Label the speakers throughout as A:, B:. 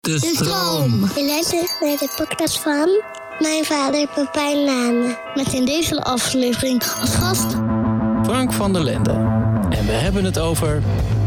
A: De stroom.
B: Je luistert naar de podcast van mijn vader Pepijn Lane. Met in deze aflevering als gast
A: Frank van der Lende. En we hebben het over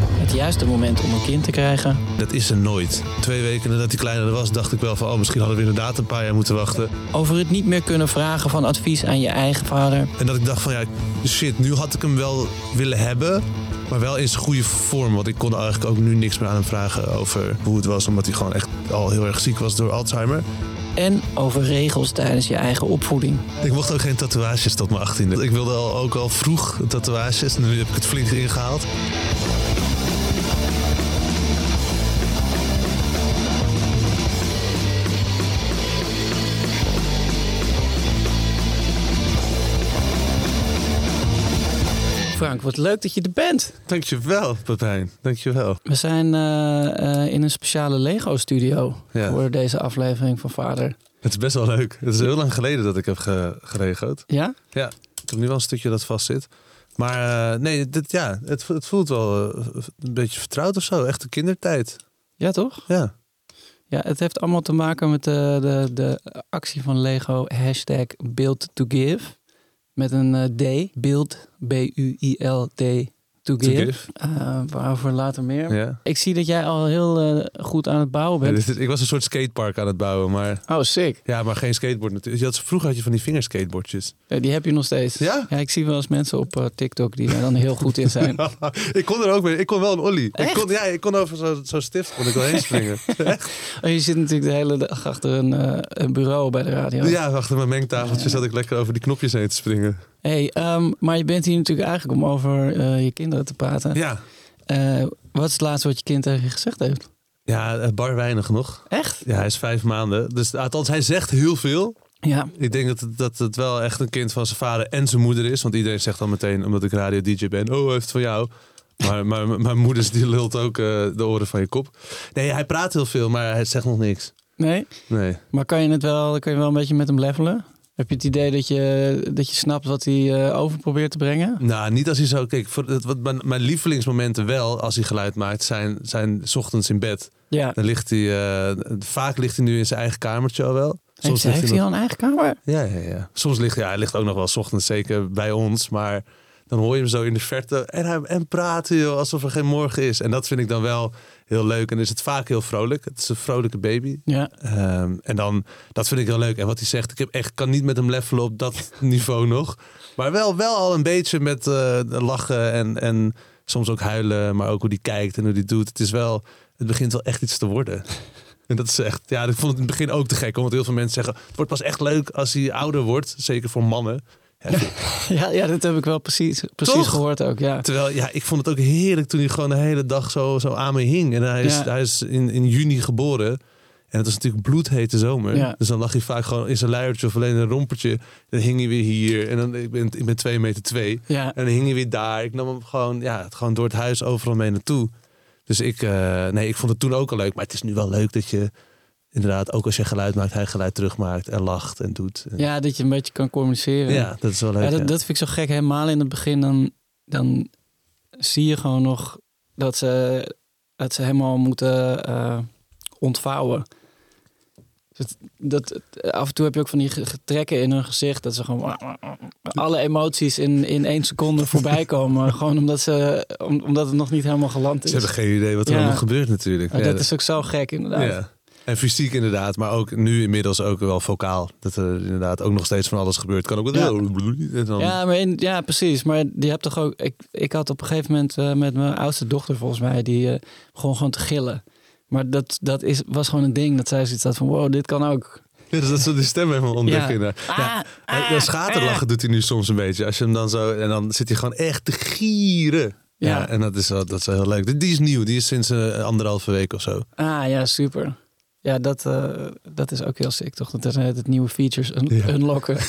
A: het juiste moment om een kind te krijgen.
C: Dat is er nooit. Twee weken nadat die kleine er was, dacht ik wel van... oh, misschien hadden we inderdaad een paar jaar moeten wachten.
A: Over het niet meer kunnen vragen van advies aan je eigen vader.
C: En dat ik dacht van, ja, shit, nu had ik hem wel willen hebben... maar wel in zijn goede vorm. Want ik kon eigenlijk ook nu niks meer aan hem vragen over hoe het was... omdat hij gewoon echt al heel erg ziek was door Alzheimer.
A: En over regels tijdens je eigen opvoeding.
C: Ik mocht ook geen tatoeages tot mijn 18e. Ik wilde al, ook al vroeg tatoeages en nu heb ik het flink ingehaald.
A: Frank, wat leuk dat je er bent.
C: Dankjewel, Pepijn. Dankjewel.
A: We zijn eh, eh, in een speciale Lego-studio
C: Ja.
A: voor deze aflevering van Vader.
C: Het is best wel leuk. Het is heel lang geleden dat ik heb ge- geregeld.
A: Ja?
C: Ja, ik heb nu wel een stukje dat vastzit. Maar eh, nee, dit, ja, het, het voelt wel eh, een beetje vertrouwd of zo. Echt de kindertijd.
A: Ja, toch?
C: Ja.
A: Ja, het heeft allemaal te maken met de, de, de actie van Lego. Hashtag Build to Give. Met een eh, D. Build, B-U-I-L-D, to
C: To
A: give.
C: give.
A: Eh, waarover later meer.
C: Ja.
A: Ik zie dat jij al heel eh, goed aan het bouwen
C: Ja,
A: bent.
C: dit is- ik was een soort skatepark aan het bouwen, maar,
A: Oh, sick.
C: ja, maar geen skateboard natuurlijk. Je had, vroeger had je van die vingerskateboardjes.
A: Eh, Die heb je nog steeds.
C: Ja?
A: ik zie wel eens mensen op eh, TikTok die daar dan heel goed in zijn.
C: ik kon er ook mee. Ik kon wel een ollie. Ik kon, ja, ik kon over zo'n zo stift kon ik wel heen springen. Echt?
A: Oh, je zit natuurlijk de hele dag achter een, eh, een bureau bij de radio.
C: Ja, achter mijn mengtafeltje zat ik lekker over die knopjes heen te springen.
A: Hey, ehm, maar je bent hier natuurlijk eigenlijk om over eh, je kinderen te praten.
C: Ja,
A: Eh, wat is het laatste wat je kind tegen je gezegd heeft?
C: ja eh, bar weinig nog.
A: Echt?
C: Ja, hij is vijf maanden. Dus althans, hij zegt heel veel.
A: Ja.
C: Ik denk dat het, dat het wel echt een kind van zijn vader en zijn moeder is. Want iedereen zegt dan meteen, omdat ik radio-dj ben... oh, hij heeft het van jou. Maar, maar m- mijn moeder die lult ook eh, de oren van je kop. Nee, hij praat heel veel, maar hij zegt nog niks.
A: Nee?
C: Nee.
A: Maar kan je het wel, kan je wel een beetje met hem levelen? Heb je het idee dat je, dat je snapt wat hij eh, over probeert te brengen?
C: Nou, niet als hij zo... Kijk, voor, het, wat, mijn, mijn lievelingsmomenten wel, als hij geluid maakt... zijn, zijn 's ochtends in bed.
A: Ja.
C: Dan ligt hij... eh, vaak ligt hij nu in zijn eigen kamertje al wel.
A: Heeft,
C: ligt
A: heeft
C: nog-
A: hij al een eigen kamer?
C: Ja, ja, ja. Soms ligt ja, hij ligt ook nog wel 's ochtends, zeker bij ons. Maar dan hoor je hem zo in de verte. En hij en praat heel alsof er geen morgen is. En dat vind ik dan wel heel leuk. En is het vaak heel vrolijk. Het is een vrolijke baby.
A: Ja.
C: Ehm, en dan, dat vind ik heel leuk. En wat hij zegt, ik heb echt, kan niet met hem levelen op dat niveau nog. Maar wel, wel al een beetje met eh, lachen en, en soms ook huilen. Maar ook hoe die kijkt en hoe die doet. Het is wel, het begint wel echt iets te worden. En dat is echt, ja, ik vond het in het begin ook te gek. hoor, Want heel veel mensen zeggen, het wordt pas echt leuk als hij ouder wordt. Zeker voor mannen. Ja,
A: Ja, ja, dat heb ik wel precies, precies
C: Toch?
A: gehoord ook. Ja.
C: Terwijl, ja, ik vond het ook heerlijk toen hij gewoon de hele dag zo, zo aan me hing. En hij is,
A: Ja.
C: hij is in, in juni geboren. En het was natuurlijk bloedhete zomer.
A: Ja.
C: Dus dan lag hij vaak gewoon in zijn luiertje of alleen een rompertje. Dan hing hij weer hier. En dan, ik ben, ik ben twee meter twee.
A: Ja.
C: En dan hing hij weer daar. Ik nam hem gewoon, ja, het- gewoon door het huis overal mee naartoe. Dus ik, eh, nee, ik vond het toen ook al leuk. Maar het is nu wel leuk dat je inderdaad, ook als je geluid maakt, hij geluid terugmaakt. En lacht en doet. En-
A: ja, dat je een beetje kan communiceren.
C: ja, dat is wel leuk.
A: Ja, dat,
C: ja.
A: dat vind ik zo gek. Helemaal in het begin dan, dan zie je gewoon nog dat ze, dat ze helemaal moeten eh, ontvouwen. Dat, dat, af en toe heb je ook van die ge- getrekken in hun gezicht. Dat ze gewoon alle emoties in, in één seconde voorbij komen. gewoon omdat, ze, om- omdat het nog niet helemaal geland is.
C: Ze hebben geen idee wat er
A: Ja.
C: allemaal gebeurt natuurlijk.
A: Maar
C: Ja,
A: dat is ook zo gek inderdaad.
C: Ja. En fysiek inderdaad, maar ook nu inmiddels ook wel vocaal. Dat er inderdaad ook nog steeds van alles gebeurt. Kan ook wel. En dan-
A: Ja, maar in- ja, precies. Maar je hebt toch ook. Ik, ik had op een gegeven moment eh, met mijn oudste dochter, volgens mij, die eh, gewoon, gewoon te gillen. Maar dat, dat is, was gewoon een ding dat zij zoiets had van: wow, dit kan ook.
C: Ja, dus dat ze die stem helemaal ontdekken.
A: Ja.
C: Ja. Ja.
A: Ah,
C: En dat schaterlachen doet hij nu soms een beetje. Als je hem dan zo. En dan zit hij gewoon echt te gieren. Ja,
A: Ja.
C: en dat is, wel, dat is wel heel leuk. Die is nieuw. Die is sinds eh, anderhalve week of zo.
A: Ah ja, super. Ja, dat, eh, dat is ook heel sick, toch? Dat er het nieuwe features un-
C: Ja.
A: unlocken.
C: Dat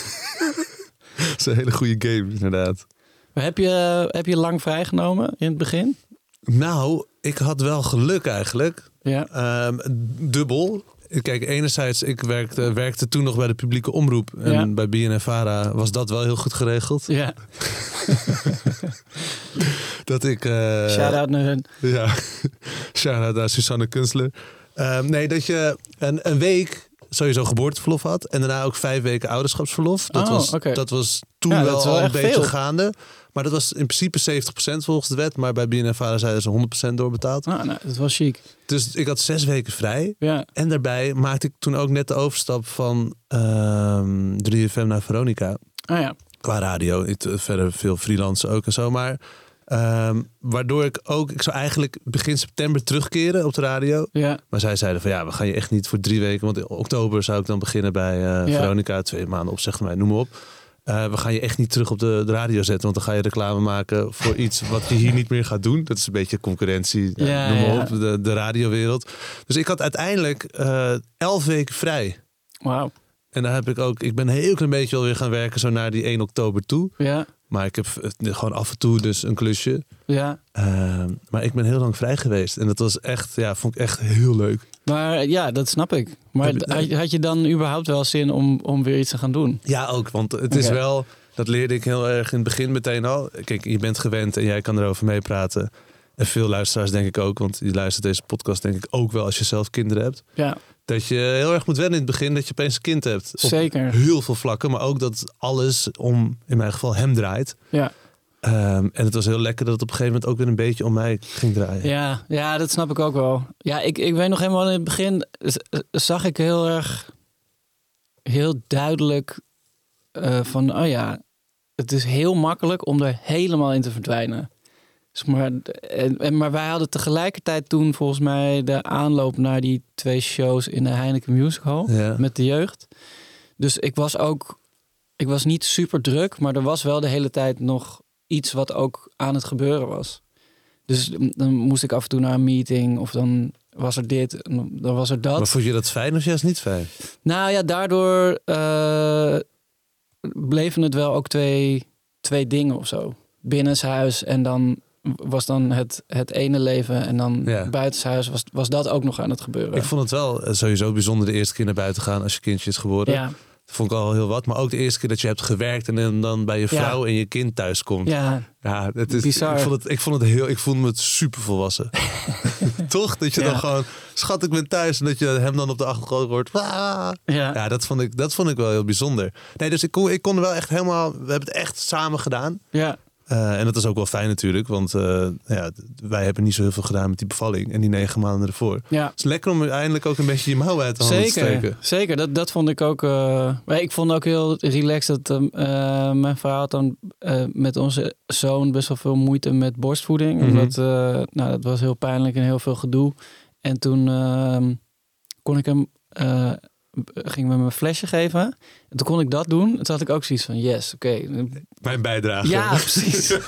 C: is een hele goede game, inderdaad.
A: Maar heb je, heb je lang vrijgenomen in het begin?
C: Nou, ik had wel geluk eigenlijk.
A: Ja.
C: Ehm, dubbel. Kijk, enerzijds, ik werkte, werkte toen nog bij de publieke omroep. En
A: Ja.
C: bij BNNVARA was dat wel heel goed geregeld.
A: Ja,
C: Dat ik... eh,
A: shout-out naar hun.
C: Ja, shout-out aan Susanne Kunstler. Ehm, nee, dat je een, een week sowieso geboorteverlof had. En daarna ook vijf weken ouderschapsverlof. Dat,
A: Oh,
C: was,
A: oké.
C: dat was toen
A: Ja, dat
C: wel,
A: is wel
C: al een
A: echt
C: beetje
A: veel.
C: gaande. Maar dat was in principe 70% volgens de wet. Maar bij BNNVARA zeiden ze 100% doorbetaald.
A: Ah, nou, dat was chic.
C: Dus ik had zes weken vrij.
A: Ja.
C: En daarbij maakte ik toen ook net de overstap van ehm 3FM naar Veronica.
A: Ah ja.
C: Qua radio, ik- eh, verder veel freelance ook en zo. Maar ehm, waardoor ik ook, ik zou eigenlijk begin september terugkeren op de radio.
A: Ja.
C: Maar zij zeiden van ja, we gaan je echt niet voor drie weken. Want in oktober zou ik dan beginnen bij eh,
A: Ja.
C: Veronica. Twee maanden opzeggen mij, noem maar op. Eh, we gaan je echt niet terug op de, de radio zetten. Want dan ga je reclame maken voor iets wat je hier niet meer gaat doen. Dat is een beetje concurrentie, eh,
A: Ja,
C: noem maar
A: ja.
C: op, de, de radiowereld. Dus ik had uiteindelijk eh, elf weken vrij.
A: Wauw.
C: En daar heb ik ook, ik ben een heel klein beetje alweer gaan werken, zo naar die 1 oktober toe.
A: Ja.
C: Maar ik heb eh, gewoon af en toe dus een klusje.
A: Ja.
C: Ehm, maar ik ben heel lang vrij geweest. En dat was echt, ja, vond ik echt heel leuk.
A: Maar ja, dat snap ik. Maar
C: Heb je-
A: had, had je dan überhaupt wel zin om, om weer iets te gaan doen?
C: Ja, ook. Want het is
A: Oké.
C: wel, dat leerde ik heel erg in het begin meteen al. Kijk, je bent gewend en jij kan erover meepraten. En veel luisteraars denk ik ook, want je luistert deze podcast denk ik ook wel als je zelf kinderen hebt.
A: Ja,
C: Dat je heel erg moet wennen in het begin dat je opeens een kind hebt. Op
A: zeker.
C: heel veel vlakken, maar ook dat alles om, in mijn geval, hem draait.
A: Ja.
C: Ehm, en het was heel lekker dat het op een gegeven moment ook weer een beetje om mij ging draaien.
A: Ja, ja, dat snap ik ook wel. Ja, ik, ik weet nog helemaal in het begin z- zag ik heel erg heel duidelijk eh, van, oh ja, het is heel makkelijk om er helemaal in te verdwijnen. Zeg maar, en, en- maar wij hadden tegelijkertijd toen volgens mij de aanloop naar die twee shows in de Heineken Music Hall
C: Ja.
A: met de jeugd. Dus ik was ook, ik was niet super druk, maar er was wel de hele tijd nog iets wat ook aan het gebeuren was. Dus dan moest ik af en toe naar een meeting of dan was er dit, en dan was er dat.
C: Maar vond je dat fijn of juist niet fijn?
A: Nou ja, daardoor eh, bleven het wel ook twee, twee dingen of zo. Binnenshuis en dan was dan het, het ene leven en dan
C: Ja.
A: buitenshuis was, was dat ook nog aan het gebeuren.
C: Ik vond het wel eh, sowieso bijzonder de eerste keer naar buiten gaan als je kindje is geworden.
A: ja,
C: Dat vond ik al heel wat. Maar ook de eerste keer dat je hebt gewerkt en dan- dan bij je
A: Ja.
C: vrouw en je kind thuis komt. Ja,
A: ja,
C: het is,
A: Bizar.
C: Ik vond, het, ik vond het heel, ik voelde me super volwassen. Toch? Dat je
A: Ja.
C: dan gewoon, schat ik ben thuis en dat je hem dan op de achtergrond hoort. "Waa."
A: ja, ja,
C: Ja, dat vond ik, dat vond ik wel heel bijzonder. Nee, dus ik kon, ik kon er wel echt helemaal. We hebben het echt samen gedaan.
A: ja,
C: Eh, en dat is ook wel fijn natuurlijk, want eh, nou ja, d- wij hebben niet zo heel veel gedaan met die bevalling en die negen maanden ervoor. Het is lekker om uiteindelijk ook een beetje je mouwen uit de handen te
A: Zeker,
C: steken.
A: zeker. Dat, dat vond ik ook. eh, maar ik vond ook heel relaxed dat eh, eh, mijn vrouw had dan eh, met onze zoon best wel veel moeite met borstvoeding.
C: Mhm.
A: Omdat, eh, nou, dat was heel pijnlijk en heel veel gedoe. En toen ehm, kon ik hem, eh, ging me mijn flesje geven. En toen kon ik dat doen. En toen had ik ook zoiets van, yes, oké.
C: Mijn bijdrage.
A: Ja, precies.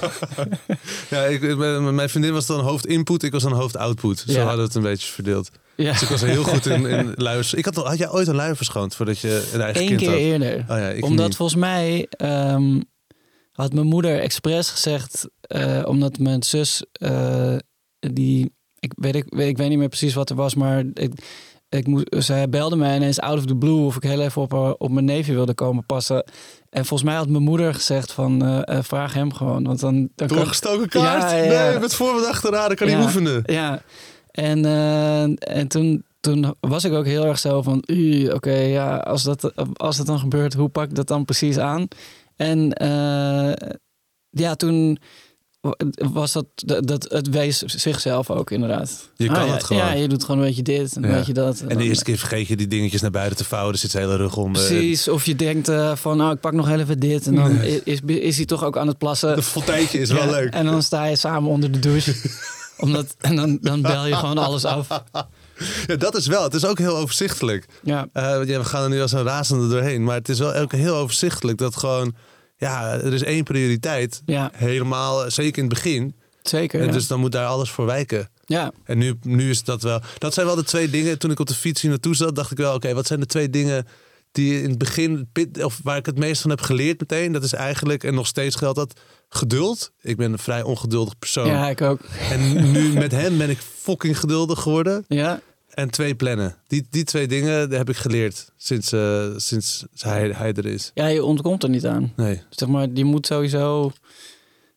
C: Ja, ik, ik ben- mijn vriendin was dan hoofdinput, ik was dan hoofdoutput. Zo
A: Ja.
C: hadden we het een beetje verdeeld.
A: ja.
C: Dus ik was er heel goed in, in luiers. Ik had, al- had jij ooit een luier verschoond voordat je een eigen
A: Eén
C: kind
A: keer
C: had?
A: eerder.
C: Oh ja, ik
A: Omdat
C: niet.
A: volgens mij ehm, had mijn moeder expres gezegd, eh, omdat mijn zus, eh, die, ik weet, ik, weet, ik weet niet meer precies wat er was, maar ik, ik moest, zij belde mij ineens out of the blue of ik heel even op, haar- op mijn neefje wilde komen passen. En volgens mij had mijn moeder gezegd van, eh, eh, vraag hem gewoon, want dan, dan kan,
C: Doorgestoken kaart?
A: Ja, ja, ja.
C: Nee, met voor- en achteraan, dat kan
A: Ja.
C: niet oefenen.
A: Ja, en, eh, en toen, toen was ik ook heel erg zo van, "Oeh, oké, ja, als dat, als dat dan gebeurt, hoe pak ik dat dan precies aan? En eh, ja, toen was dat, dat, dat- het wees zichzelf ook inderdaad. Ah,
C: Je kan
A: ja,
C: het gewoon.
A: Ja, je doet gewoon een beetje dit en
C: Ja.
A: een beetje dat.
C: En de
A: dan-
C: eerste keer vergeet je die dingetjes naar buiten te vouwen. Er zit zijn hele rug eh, onder.
A: Precies, of je denkt eh, van, nou, ik pak nog heel even dit. En dan is, is, is hij toch ook aan het plassen.
C: Een fonteintje is wel
A: Ja,
C: leuk.
A: En dan sta je samen onder de douche. Omdat, en dan, dan bel je gewoon alles af.
C: Ja, dat is wel. Het is ook heel overzichtelijk.
A: Ja.
C: Eh, ja, we gaan er nu als een razende doorheen. Maar het is wel ook heel overzichtelijk dat gewoon... Ja, er is één prioriteit.
A: Ja,
C: Helemaal, eh, zeker in het begin.
A: zeker.
C: En
A: ja.
C: dus dan moet daar alles voor wijken.
A: Ja,
C: En nu, nu is dat wel. Dat zijn wel de twee dingen. Toen ik op de fiets hier naartoe zat, dacht ik wel: oké, wat zijn de twee dingen die in het begin, pit- of waar ik het meest van heb geleerd meteen? Dat is eigenlijk, en nog steeds geldt dat, geduld. Ik ben een vrij ongeduldig persoon.
A: ja, ik ook.
C: En nu met hem ben ik fucking geduldig geworden.
A: Ja,
C: En twee plannen. Die, die twee dingen heb ik geleerd sinds, eh, sinds hij, hij er is.
A: ja je ontkomt er niet aan.
C: Nee.
A: Zeg maar, je moet sowieso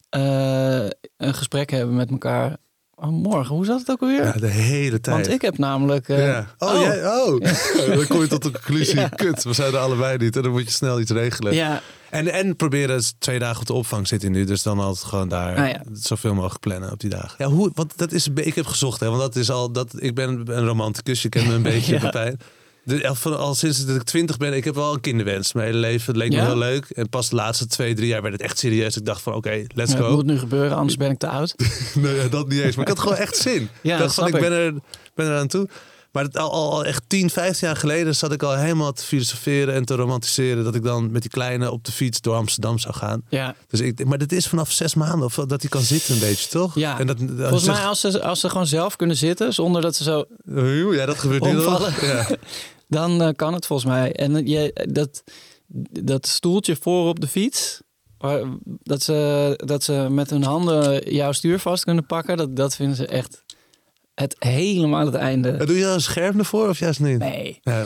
A: eh, een gesprek hebben met elkaar. Oh, morgen, hoe zat het ook alweer?
C: Ja, de hele tijd.
A: Want ik heb namelijk... eh,
C: Ja. Oh, jij? Oh. dan kom je tot de conclusie.
A: Ja.
C: Kut, we zijn er allebei niet. En dan moet je snel iets regelen.
A: ja,
C: En, en proberen eens twee dagen op de opvang zitten nu. Dus dan altijd gewoon daar
A: Ah, ja.
C: zoveel mogelijk plannen op die dagen. Ja, hoe, want dat is, een be- ik heb gezocht, hè, want dat is al, dat, ik ben een romanticus, je kent me een beetje,
A: Ja.
C: Pepijn. De, al, van- al sinds dat ik twintig ben, ik heb wel een kinderwens. Mijn hele leven, het leek me
A: Ja?
C: heel leuk. En pas de laatste twee, drie jaar werd het echt serieus. Ik dacht van, oké, let's
A: ja, het
C: go.
A: moet nu gebeuren, anders ben ik te oud.
C: Nee, ja, dat niet eens. Maar ik had gewoon echt zin.
A: Ja,
C: ik
A: dat
C: dacht van, ik
A: snap
C: ben er, ben er aan toe. Maar het- al, al al echt 10, 15 jaar geleden zat ik al helemaal te filosoferen en te romantiseren. Dat ik dan met die kleine op de fiets door Amsterdam zou gaan.
A: Ja.
C: Dus ik, maar dat is vanaf zes maanden of dat hij kan zitten een beetje, toch?
A: Ja.
C: En dat, dat
A: Volgens
C: zegt-
A: mij als ze, als ze gewoon zelf kunnen zitten, zonder dat ze zo...
C: Oeh, ja, dat gebeurt nu
A: Omvallen.
C: nog. Ja.
A: Dan eh, kan het volgens mij. En je, dat, dat stoeltje voor op de fiets... waar- dat, ze, dat ze met hun handen jouw stuur vast kunnen pakken... dat, dat vinden ze echt het helemaal het
C: En
A: einde.
C: Doe je dan een scherm ervoor of juist niet?
A: Nee,
C: Ja.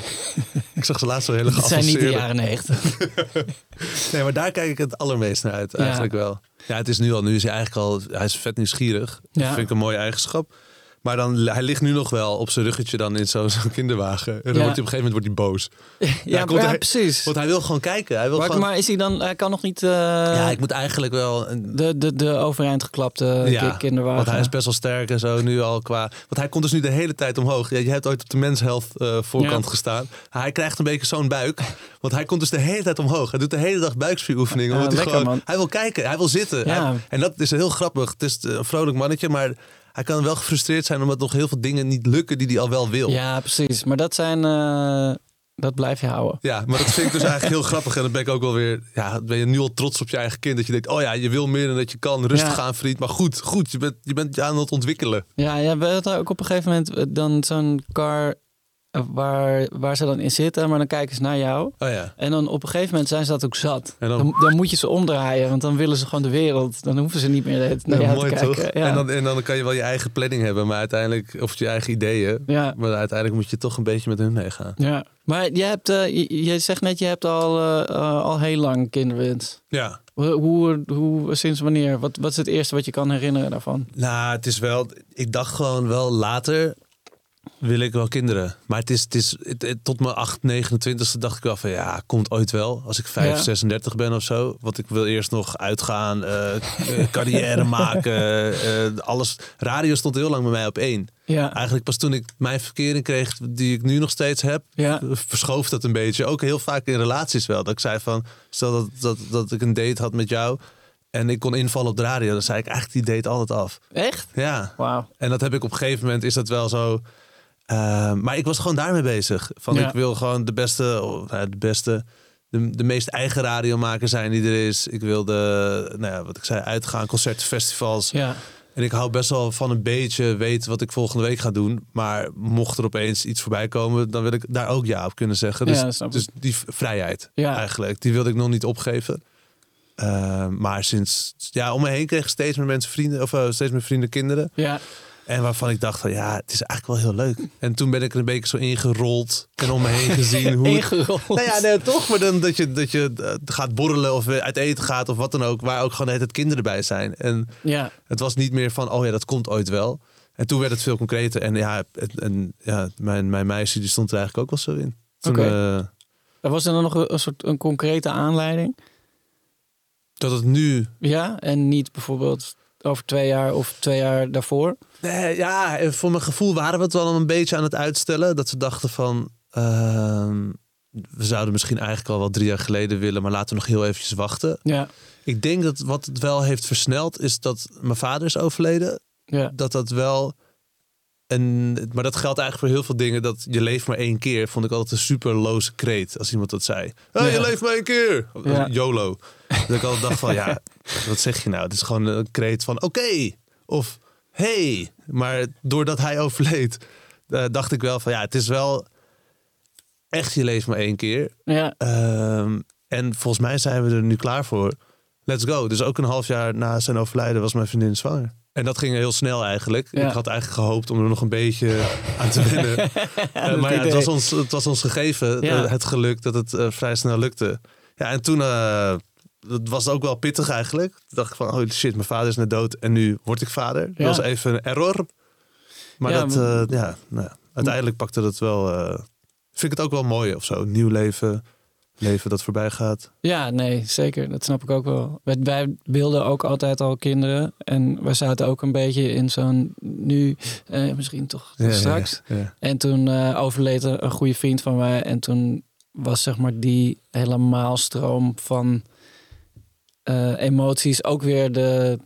C: Ik zag ze laatst wel hele
A: dat zijn niet de
C: geavanceerde-
A: jaren negentig.
C: Nee, maar daar kijk ik het allermeest naar uit,
A: Ja.
C: eigenlijk wel. Ja, het is nu al. Nu is hij eigenlijk al... Hij is vet nieuwsgierig.
A: Ja.
C: Dat vind ik een mooie eigenschap. Maar dan, hij ligt nu nog wel op zijn ruggetje dan in zo'n zo'n kinderwagen. En dan
A: Ja.
C: wordt hij op een gegeven moment wordt hij boos.
A: Ja,
C: komt
A: ja,
C: hij-
A: precies.
C: Want hij wil gewoon kijken. Hij wil
A: Maar,
C: gewoon...
A: maar is hij dan... Hij kan nog niet... eh,
C: ja, ik moet eigenlijk wel... een-
A: de, de, de overeind geklapte
C: Ja,
A: ki- kinderwagen.
C: Want hij is best wel sterk en zo nu al qua... Want hij komt dus nu de hele tijd omhoog. Ja, je hebt ooit op de Men's Health eh, voorkant
A: Ja.
C: gestaan. Hij krijgt een beetje zo'n buik. Want hij komt dus de hele tijd omhoog. Hij doet de hele dag buikspieroefeningen.
A: Ja,
C: omdat hij,
A: lekker,
C: gewoon,
A: man.
C: hij wil kijken, hij wil zitten.
A: Ja.
C: Hij- en dat is heel grappig. Het is eh, een vrolijk mannetje, maar... Hij kan wel gefrustreerd zijn omdat nog heel veel dingen niet lukken die hij al wel wil.
A: Ja, precies. Maar dat zijn... eh, dat blijf je houden.
C: Ja, maar dat vind ik dus eigenlijk heel grappig. En dan ben ik ook wel weer. Ja, ben je nu al trots op je eigen kind. Dat je denkt: oh ja, je wil meer dan dat je kan. Rustig
A: Ja.
C: aan, vriend. Maar goed, goed. Je bent, je bent je aan het ontwikkelen.
A: Ja, ja we hadden ook op een gegeven moment eh, dan zo'n car eh, waar, waar ze dan in zitten. Maar dan kijken ze naar jou.
C: Oh ja.
A: En dan op een gegeven moment zijn ze dat ook zat.
C: En
A: Dan,
C: dan-
A: dan, moet je ze omdraaien. Want dan willen ze gewoon de wereld. Dan hoeven ze niet meer de hele tijd naar
C: Ja,
A: jou
C: mooi
A: te kijken.
C: toch?
A: Ja.
C: En, dan, en dan kan je wel je eigen planning hebben, maar uiteindelijk, of je eigen ideeën.
A: ja.
C: Maar uiteindelijk moet je toch een beetje met hun meegaan.
A: Ja, maar je, hebt, eh, je, je zegt net, je hebt al, eh, eh, al heel lang kinderwens.
C: Ja.
A: Hoe, hoe, hoe- sinds wanneer? Wat, wat is het eerste wat je kan herinneren daarvan?
C: Nou, het is wel. Ik dacht gewoon wel later wil ik wel kinderen. Maar het is, het is het- het- tot mijn 8, 29ste dacht ik wel van ja, komt ooit wel. Als ik 5,
A: Ja.
C: 36 ben of zo. Want ik wil eerst nog uitgaan, eh, eh, carrière maken. eh, alles. Radio stond heel lang bij mij op één.
A: Ja,
C: Eigenlijk pas toen ik mijn verkering kreeg, die ik nu nog steeds heb,
A: ja,
C: verschoof dat een beetje. Ook heel vaak in relaties wel. Dat ik zei van, stel dat, dat, dat ik een date had met jou en ik kon invallen op de radio, dan zei ik eigenlijk die date altijd af.
A: echt?
C: Ja,
A: Wauw.
C: en dat heb ik op een gegeven moment, is dat wel zo. eh, maar ik was gewoon daarmee bezig. Van
A: Ja.
C: ik wil gewoon de beste, oh, nou, de beste, de, de meest eigen radiomaker zijn die er is. Ik wilde, nou ja, wat ik zei, uitgaan, concerten, festivals.
A: Ja,
C: En ik hou best wel van een beetje weten wat ik volgende week ga doen. Maar mocht er opeens iets voorbij komen, dan wil ik daar ook ja op kunnen zeggen. Dus,
A: Ja, dat snap ik.
C: dus die v- vrijheid
A: Ja.
C: eigenlijk, die wilde ik nog niet opgeven. Eh, maar sinds, ja, om me heen kreeg ik steeds meer mensen vrienden, of eh, steeds meer vrienden kinderen.
A: ja.
C: En waarvan ik dacht van, ja, het is eigenlijk wel heel leuk. En toen ben ik er een beetje zo ingerold en om me heen gezien. Hoe het-
A: Ingerold.
C: nou ja, nee, toch. Maar dan dat je, dat je eh, gaat borrelen of eh, uit eten gaat of wat dan ook. Waar ook gewoon de hele tijd kinderen bij zijn. En
A: ja.
C: het was niet meer van, oh ja, dat komt ooit wel. En toen werd het veel concreter. En ja, het- en, ja mijn, mijn meisje die stond er eigenlijk ook wel zo in. Toen,
A: Oké.
C: eh,
A: Er was er dan nog een, een soort een concrete aanleiding?
C: dat het nu...
A: Ja, en niet bijvoorbeeld over twee jaar of twee jaar daarvoor?
C: Nee, ja, en voor mijn gevoel waren we het wel een beetje aan het uitstellen. Dat we dachten van... ehm, we zouden misschien eigenlijk al wel drie jaar geleden willen, maar laten we nog heel eventjes wachten.
A: Ja,
C: Ik denk dat wat het wel heeft versneld is dat mijn vader is overleden.
A: ja,
C: Dat dat wel. En, maar dat geldt eigenlijk voor heel veel dingen. Dat je leeft maar één keer. Vond ik altijd een super loze kreet als iemand dat zei. Hé,
A: Ja.
C: je leeft maar één keer.
A: Ja.
C: YOLO. Dat ik altijd dacht van ja, wat zeg je nou? Het is gewoon een kreet van oké. Of hey. Maar doordat hij overleed, eh, dacht ik wel van ja, het is wel echt je leeft maar één keer.
A: Ja,
C: Ehm, en volgens mij zijn we er nu klaar voor. Let's go. Dus ook een half jaar na zijn overlijden was mijn vriendin zwanger. En dat ging heel snel eigenlijk.
A: Ja.
C: Ik had eigenlijk gehoopt om er nog een beetje aan te winnen. Eh, maar ja, het,
A: idee.
C: was ons, het was ons gegeven,
A: Ja.
C: eh, het geluk, dat het eh, vrij snel lukte. Ja, en toen eh, dat was ook wel pittig eigenlijk. Toen dacht ik van, oh shit, mijn vader is net dood en nu word ik vader.
A: Ja.
C: Dat was even een error. Maar
A: Ja,
C: dat,
A: maar-
C: eh, ja, nou, ja. uiteindelijk pakte dat wel... eh, vind ik het ook wel mooi of zo. Nieuw leven, leven dat voorbij gaat.
A: ja, nee, zeker. Dat snap ik ook wel. Wij, wij wilden ook altijd al kinderen. En we zaten ook een beetje in zo'n nu, eh, misschien toch straks.
C: Ja, ja.
A: En toen eh, overleed een een goede vriend van mij. En toen was zeg maar die hele maalstroom van eh, emoties ook weer de,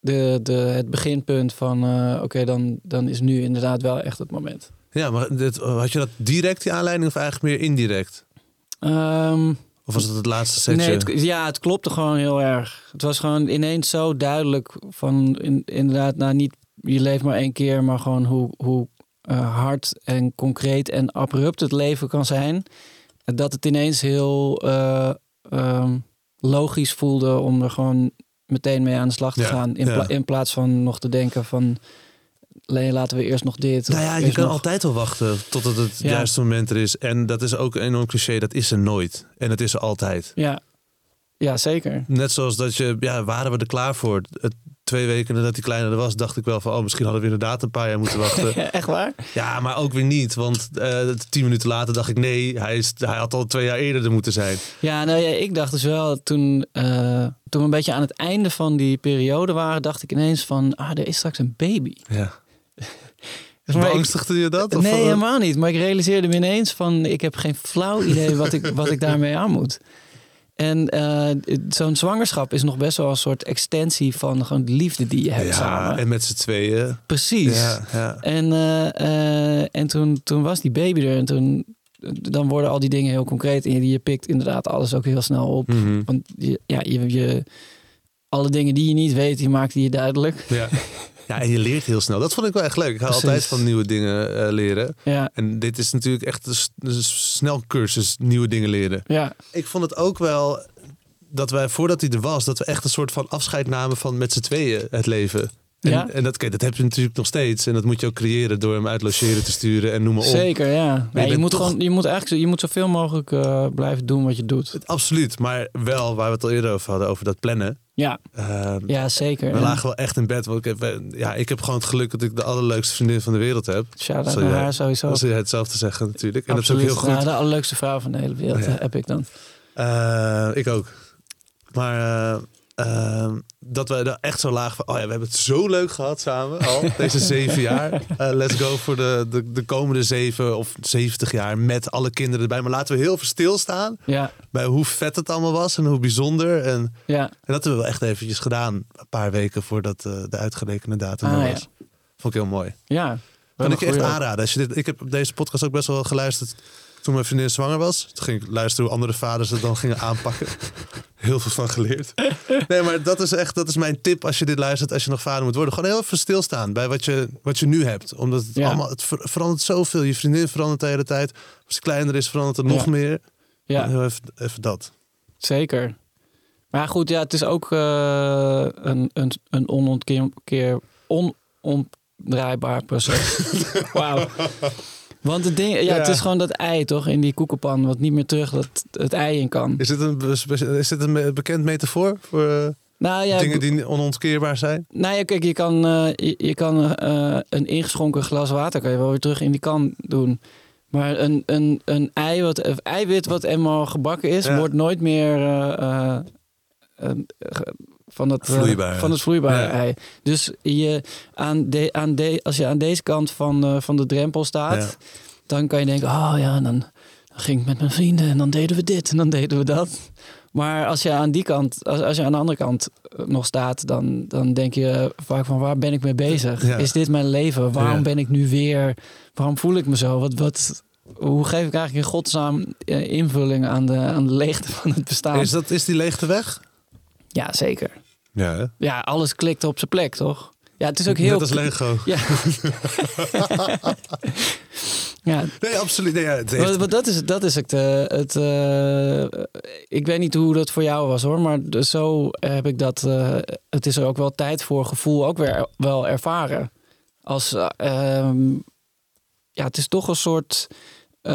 A: de, de, het beginpunt van... eh, oké, dan, dan is nu inderdaad wel echt het moment.
C: Ja, maar dit, eh, had je dat direct die aanleiding of eigenlijk meer indirect?
A: Ehm,
C: Of was het het laatste setje?
A: nee, het, ja, het klopte gewoon heel erg. Het was gewoon ineens zo duidelijk van... In, inderdaad, nou niet je leeft maar één keer... maar gewoon hoe, hoe eh, hard en concreet en abrupt het leven kan zijn... dat het ineens heel eh, ehm, logisch voelde om er gewoon meteen mee aan de slag te
C: Ja,
A: gaan. In,
C: ja.
A: pla- in plaats van nog te denken van... "Nee, laten we eerst nog dit.
C: Nou
A: of
C: ja, je
A: eerst
C: kan
A: nog-
C: altijd wel wachten totdat het
A: Ja.
C: juiste moment er is. En dat is ook een enorm cliché, dat is er nooit. En het is er altijd.
A: Ja. ja, zeker.
C: Net zoals dat je, ja, waren we er klaar voor? Het, twee weken nadat die kleine er was, dacht ik wel van, oh, misschien hadden we inderdaad een paar jaar moeten wachten.
A: Echt waar?
C: ja, maar ook weer niet, want eh, tien minuten later dacht ik, nee, hij, is, hij had al twee jaar eerder er moeten zijn.
A: Ja, nou ja, ik dacht dus wel toen, eh, toen we een beetje aan het einde van die periode waren, dacht ik ineens van, ah, er is straks een baby.
C: Ja.
A: Maar ik-
C: Beangstigde je dat? Of,
A: nee,
C: eh,
A: helemaal niet. Maar ik realiseerde me ineens van, ik heb geen flauw idee wat ik, wat ik daarmee aan moet. En eh, zo'n zwangerschap is nog best wel een soort extensie van gewoon de liefde die je hebt
C: Ja,
A: samen.
C: en met z'n tweeën.
A: Precies.
C: Ja, ja.
A: En, eh, eh, en toen, toen was die baby er en toen dan worden al die dingen heel concreet en je, je pikt inderdaad alles ook heel snel op.
C: Mhm.
A: Want je, ja, je, je, alle dingen die je niet weet, die maakte je duidelijk.
C: ja. Ja, en je leert heel snel. Dat vond ik wel echt leuk. Ik ga
A: Precies.
C: altijd van nieuwe dingen eh, leren.
A: Ja,
C: En dit is natuurlijk echt een, s- een s- snel cursus nieuwe dingen leren.
A: ja,
C: Ik vond het ook wel dat wij, voordat hij er was, dat we echt een soort van afscheid namen van met z'n tweeën het leven. En,
A: Ja.
C: en dat, kijk, dat heb je natuurlijk nog steeds. En dat moet je ook creëren door hem uit logeren te sturen en noem maar op.
A: zeker, ja.
C: je
A: Nee, je,
C: bent
A: moet
C: toch-
A: gewoon, je moet eigenlijk zo- je moet zoveel mogelijk eh, blijven doen wat je doet.
C: Absoluut, maar wel waar we het al eerder over hadden, over dat plannen.
A: Ja,
C: Ehm,
A: ja zeker.
C: We lagen wel echt in bed. Want ik, heb, eh, ja, ik heb gewoon het geluk dat ik de allerleukste vriendin van de wereld heb.
A: Shout out
C: Sorry,
A: naar
C: ja.
A: haar sowieso.
C: Als je het zelf te zeggen natuurlijk. En
A: Absoluut.
C: dat is ook heel
A: Nou,
C: goed.
A: de allerleukste vrouw van de hele wereld
C: Ja.
A: eh, heb ik dan.
C: Eh, ik ook. Maar eh, eh, dat we er echt zo laag van... Oh ja, we hebben het zo leuk gehad samen al. deze zeven jaar. Eh, let's go voor de, de, de komende zeven of zeventig jaar met alle kinderen erbij. Maar laten we heel even stilstaan
A: Ja,
C: bij hoe vet het allemaal was en hoe bijzonder. En, en
A: ja.
C: dat hebben we wel echt eventjes gedaan. Een paar weken voordat eh, de uitgerekende datum er
A: Ah,
C: was.
A: ja.
C: Vond ik heel mooi.
A: ja.
C: Kan ik je echt
A: Goeie.
C: aanraden. Als je dit, ik heb deze podcast ook best wel geluisterd toen mijn vriendin zwanger was. Toen ging ik luisteren hoe andere vaders het dan gingen aanpakken. Heel veel van geleerd. Nee, maar dat is echt dat is mijn tip als je dit luistert. Als je nog vader moet worden. Gewoon heel even stilstaan bij wat je, wat je nu hebt. Omdat het
A: Ja.
C: allemaal het ver- verandert zoveel. Je vriendin verandert de hele tijd. Als ze kleiner is verandert het nog
A: Ja.
C: meer.
A: Ja.
C: Heel even, even dat.
A: Zeker. Maar goed, ja, het is ook eh, een, een, een onontkeer, onomdraaibaar proces. Wauw. Want het, ding, ja,
C: Ja.
A: het is gewoon dat ei toch in die koekenpan, wat niet meer terug dat het ei in kan.
C: Is dit een, be- spe- is dit een me- bekend metafoor voor eh,
A: Nou ja,
C: dingen die onontkeerbaar zijn?
A: nou ja, kijk, je kan, eh, je, je kan eh, een ingeschonken glas water kan je wel weer terug in die kan doen. Maar een, een, een ei wat, of eiwit wat eenmaal gebakken is,
C: Ja.
A: wordt nooit meer eh, eh, eh, ge- van, dat, eh,
C: Vloeibare.
A: van het vloeibare
C: Ja.
A: ei. Dus je, aan de, aan de, als je aan deze kant van, eh, van de drempel staat,
C: Ja.
A: dan kan je denken, oh ja, dan, dan ging ik met mijn vrienden en dan deden we dit en dan deden we dat. Maar als je aan die kant, als, als je aan de andere kant eh, nog staat, dan, dan denk je vaak van waar ben ik mee bezig?
C: Ja.
A: Is dit mijn leven? Waarom
C: Ja.
A: ben ik nu weer? Waarom voel ik me zo? Wat, wat, hoe geef ik eigenlijk in godsnaam eh, invulling aan de, aan de leegte van het bestaan?
C: Is, dat, is die leegte weg?
A: Ja, zeker.
C: Ja, hè?
A: Ja, alles klikt op zijn plek, toch? Ja, het is ook heel...
C: Net als Lego.
A: Ja. ja,
C: Nee, absoluut. Nee, ja, het heeft-
A: Want, want dat is, dat is het. eh, het eh, ik weet niet hoe dat voor jou was hoor, maar d- zo heb ik dat. eh, het is er ook wel tijd voor gevoel ook weer wel ervaren. Als, eh, ehm, ja, het is toch een soort. eh,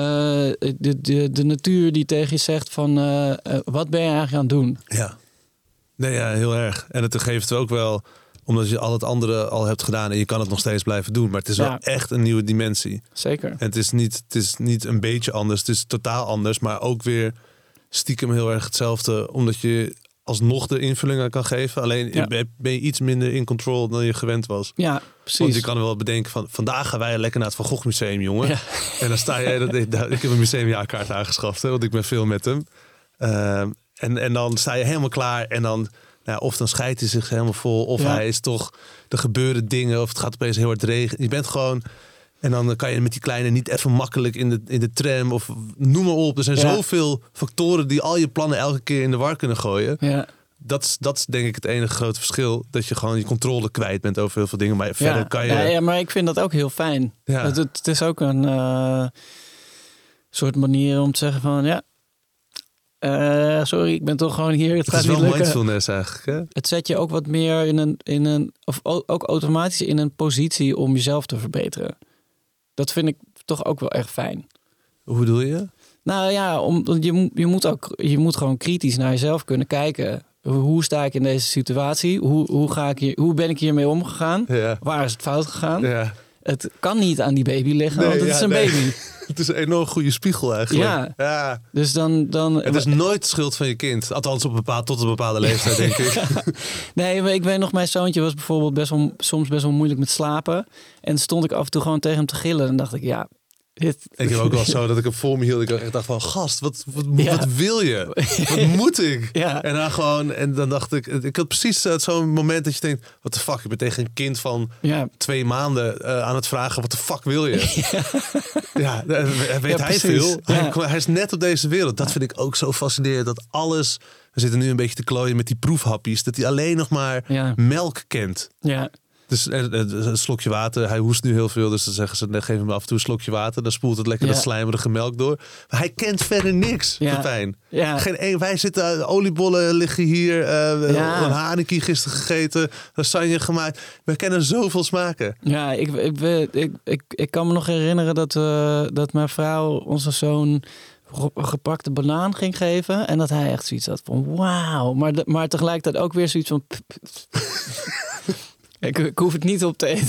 A: de, de, de natuur die tegen je zegt van eh, eh, wat ben je eigenlijk aan het doen?
C: Ja. Nee, ja, heel erg. En het geeft ook wel, omdat je al het andere al hebt gedaan en je kan het nog steeds blijven doen. Maar het is wel
A: Ja.
C: echt een nieuwe dimensie.
A: Zeker.
C: En het is, niet, het is niet een beetje anders, het is totaal anders, maar ook weer stiekem heel erg hetzelfde. Omdat je alsnog de invulling aan kan geven. Alleen
A: Ja.
C: ben je- ben je iets minder in control dan je gewend was.
A: Ja,
C: Want je
A: precies.
C: kan wel bedenken van vandaag gaan wij lekker naar het Van Gogh Museum, jongen.
A: Ja.
C: En dan sta jij. Dat, ik, daar- ik heb een museumjaarkaart aangeschaft, hè, want ik ben veel met hem. Ehm, en, en dan sta je helemaal klaar. En dan, nou, ja, of dan scheidt hij zich helemaal vol. Of
A: Ja.
C: hij is toch. Er gebeuren dingen. Of het gaat opeens heel hard regenen. Je bent gewoon. En dan kan je met die kleine niet even makkelijk in de, in de tram. Of noem maar op. Er zijn
A: Ja.
C: zoveel factoren die al je plannen elke keer in de war kunnen gooien.
A: Ja,
C: Dat is, dat is denk ik het enige grote verschil. Dat je gewoon je controle kwijt bent over heel veel dingen. Maar verder
A: ja.
C: kan je.
A: Ja, ja, maar ik vind dat ook heel fijn.
C: Ja.
A: Het, het, het is ook een eh, soort manier om te zeggen van ja, eh, sorry, ik ben toch gewoon hier. Het,
C: Het
A: gaat
C: is wel
A: niet lukken.
C: mindfulness eigenlijk. Hè?
A: Het zet je ook wat meer in een, in een of o- ook automatisch in een positie om jezelf te verbeteren. Dat vind ik toch ook wel echt fijn.
C: Hoe bedoel je?
A: Nou ja, om, want je, moet- je moet ook je moet gewoon kritisch naar jezelf kunnen kijken. Hoe, hoe sta ik in deze situatie? Hoe, hoe, ga ik hier, hoe ben ik hiermee omgegaan?
C: Ja.
A: Waar is het fout gegaan?
C: ja.
A: Het kan niet aan die baby liggen,
C: Nee,
A: want het
C: ja,
A: is een
C: nee.
A: baby.
C: Het is een enorm goede spiegel eigenlijk.
A: Ja.
C: ja.
A: Dus dan. dan
C: Het is nooit schuld van je kind. Althans, op een bepaald, tot een bepaalde leeftijd, denk ik.
A: Nee, maar ik weet nog, mijn zoontje was bijvoorbeeld best wel, soms best wel moeilijk met slapen. En stond ik af en toe gewoon tegen hem te gillen. En dacht ik, ja. Dit...
C: Ik heb ook wel zo dat ik hem voor me hield. Ik echt dacht van, gast, wat, wat,
A: Ja.
C: wat wil je? Wat moet ik?
A: Ja.
C: En dan gewoon, en dan dacht ik, ik had precies eh, zo'n moment dat je denkt, wat de fuck, ik ben tegen een kind van
A: Ja,
C: twee maanden eh, aan het vragen, wat de fuck wil je? Ja, eh, weet
A: Ja,
C: hij
A: precies.
C: veel. Hij,
A: Ja.
C: kwam- hij is net op deze wereld. Dat vind ik ook zo fascinerend. Dat alles, we zitten nu een beetje te klooien met die proefhappies, dat hij alleen nog maar
A: Ja.
C: melk kent.
A: ja,
C: Dus eh, eh, een slokje water, hij hoest nu heel veel, dus dan zeggen ze, nee, geef hem af en toe een slokje water. Dan spoelt het lekker
A: Ja.
C: dat slijmerige melk door. Maar hij kent verder niks,
A: Ja.
C: Pepijn.
A: ja.
C: Geen één, wij zitten, eh, oliebollen liggen hier, eh,
A: Ja.
C: een hanekie gisteren gegeten, lasagne gemaakt. We kennen zoveel smaken.
A: Ja, ik, ik, ik, ik, ik kan me nog herinneren dat, eh, dat mijn vrouw onze zoon ro- gepakte banaan ging geven. En dat hij echt zoiets had van wauw. Maar, de- maar tegelijkertijd ook weer zoiets van... ik, ik hoef het niet op te eten.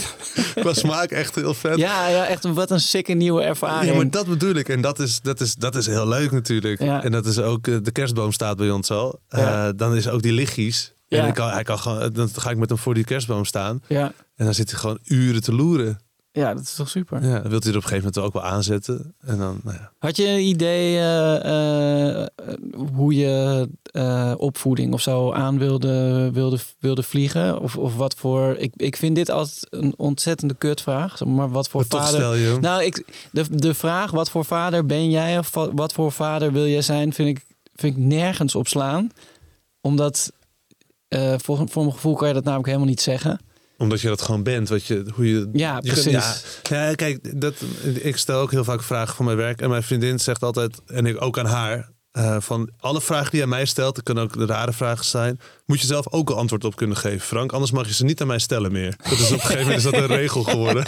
C: Qua smaak echt heel vet.
A: Ja, ja echt een- wat een sikke nieuwe ervaring.
C: Ja, maar dat bedoel ik. En dat is, dat is, dat is heel leuk natuurlijk.
A: Ja.
C: En dat is ook, eh, de kerstboom staat bij ons al.
A: Ja.
C: Eh, dan is ook die lichtjes.
A: Ja.
C: En ik kan, hij kan gewoon, eh, dan ga ik met hem voor die kerstboom staan.
A: ja.
C: En dan zit hij gewoon uren te loeren.
A: ja, dat is toch super.
C: Ja, dan wilt hij er op een gegeven moment ook wel aanzetten. En dan, nou ja.
A: Had je een idee eh, eh, eh, hoe je eh, opvoeding of zo aan wilde, wilde, wilde vliegen? Of, of wat voor. Ik, ik vind dit altijd een ontzettende kutvraag. Maar wat voor
C: Maar toch
A: vader.
C: stel je hem.
A: Nou, ik, de, de vraag: wat voor vader ben jij of wa- wat voor vader wil jij zijn? Vind ik, vind ik nergens op slaan. Omdat. eh, voor, voor mijn gevoel kan je dat namelijk helemaal niet zeggen.
C: Omdat je dat gewoon bent. Wat je, hoe je,
A: Ja,
C: je kunt-
A: precies.
C: ja. Ja, kijk, dat, ik stel ook heel vaak vragen voor mijn werk. En mijn vriendin zegt altijd, en ik ook aan haar... eh, van alle vragen die jij mij stelt, dat kunnen ook de rare vragen zijn, moet je zelf ook een antwoord op kunnen geven, Frank. Anders mag je ze niet aan mij stellen meer. Dat is op een gegeven moment is dat een regel geworden.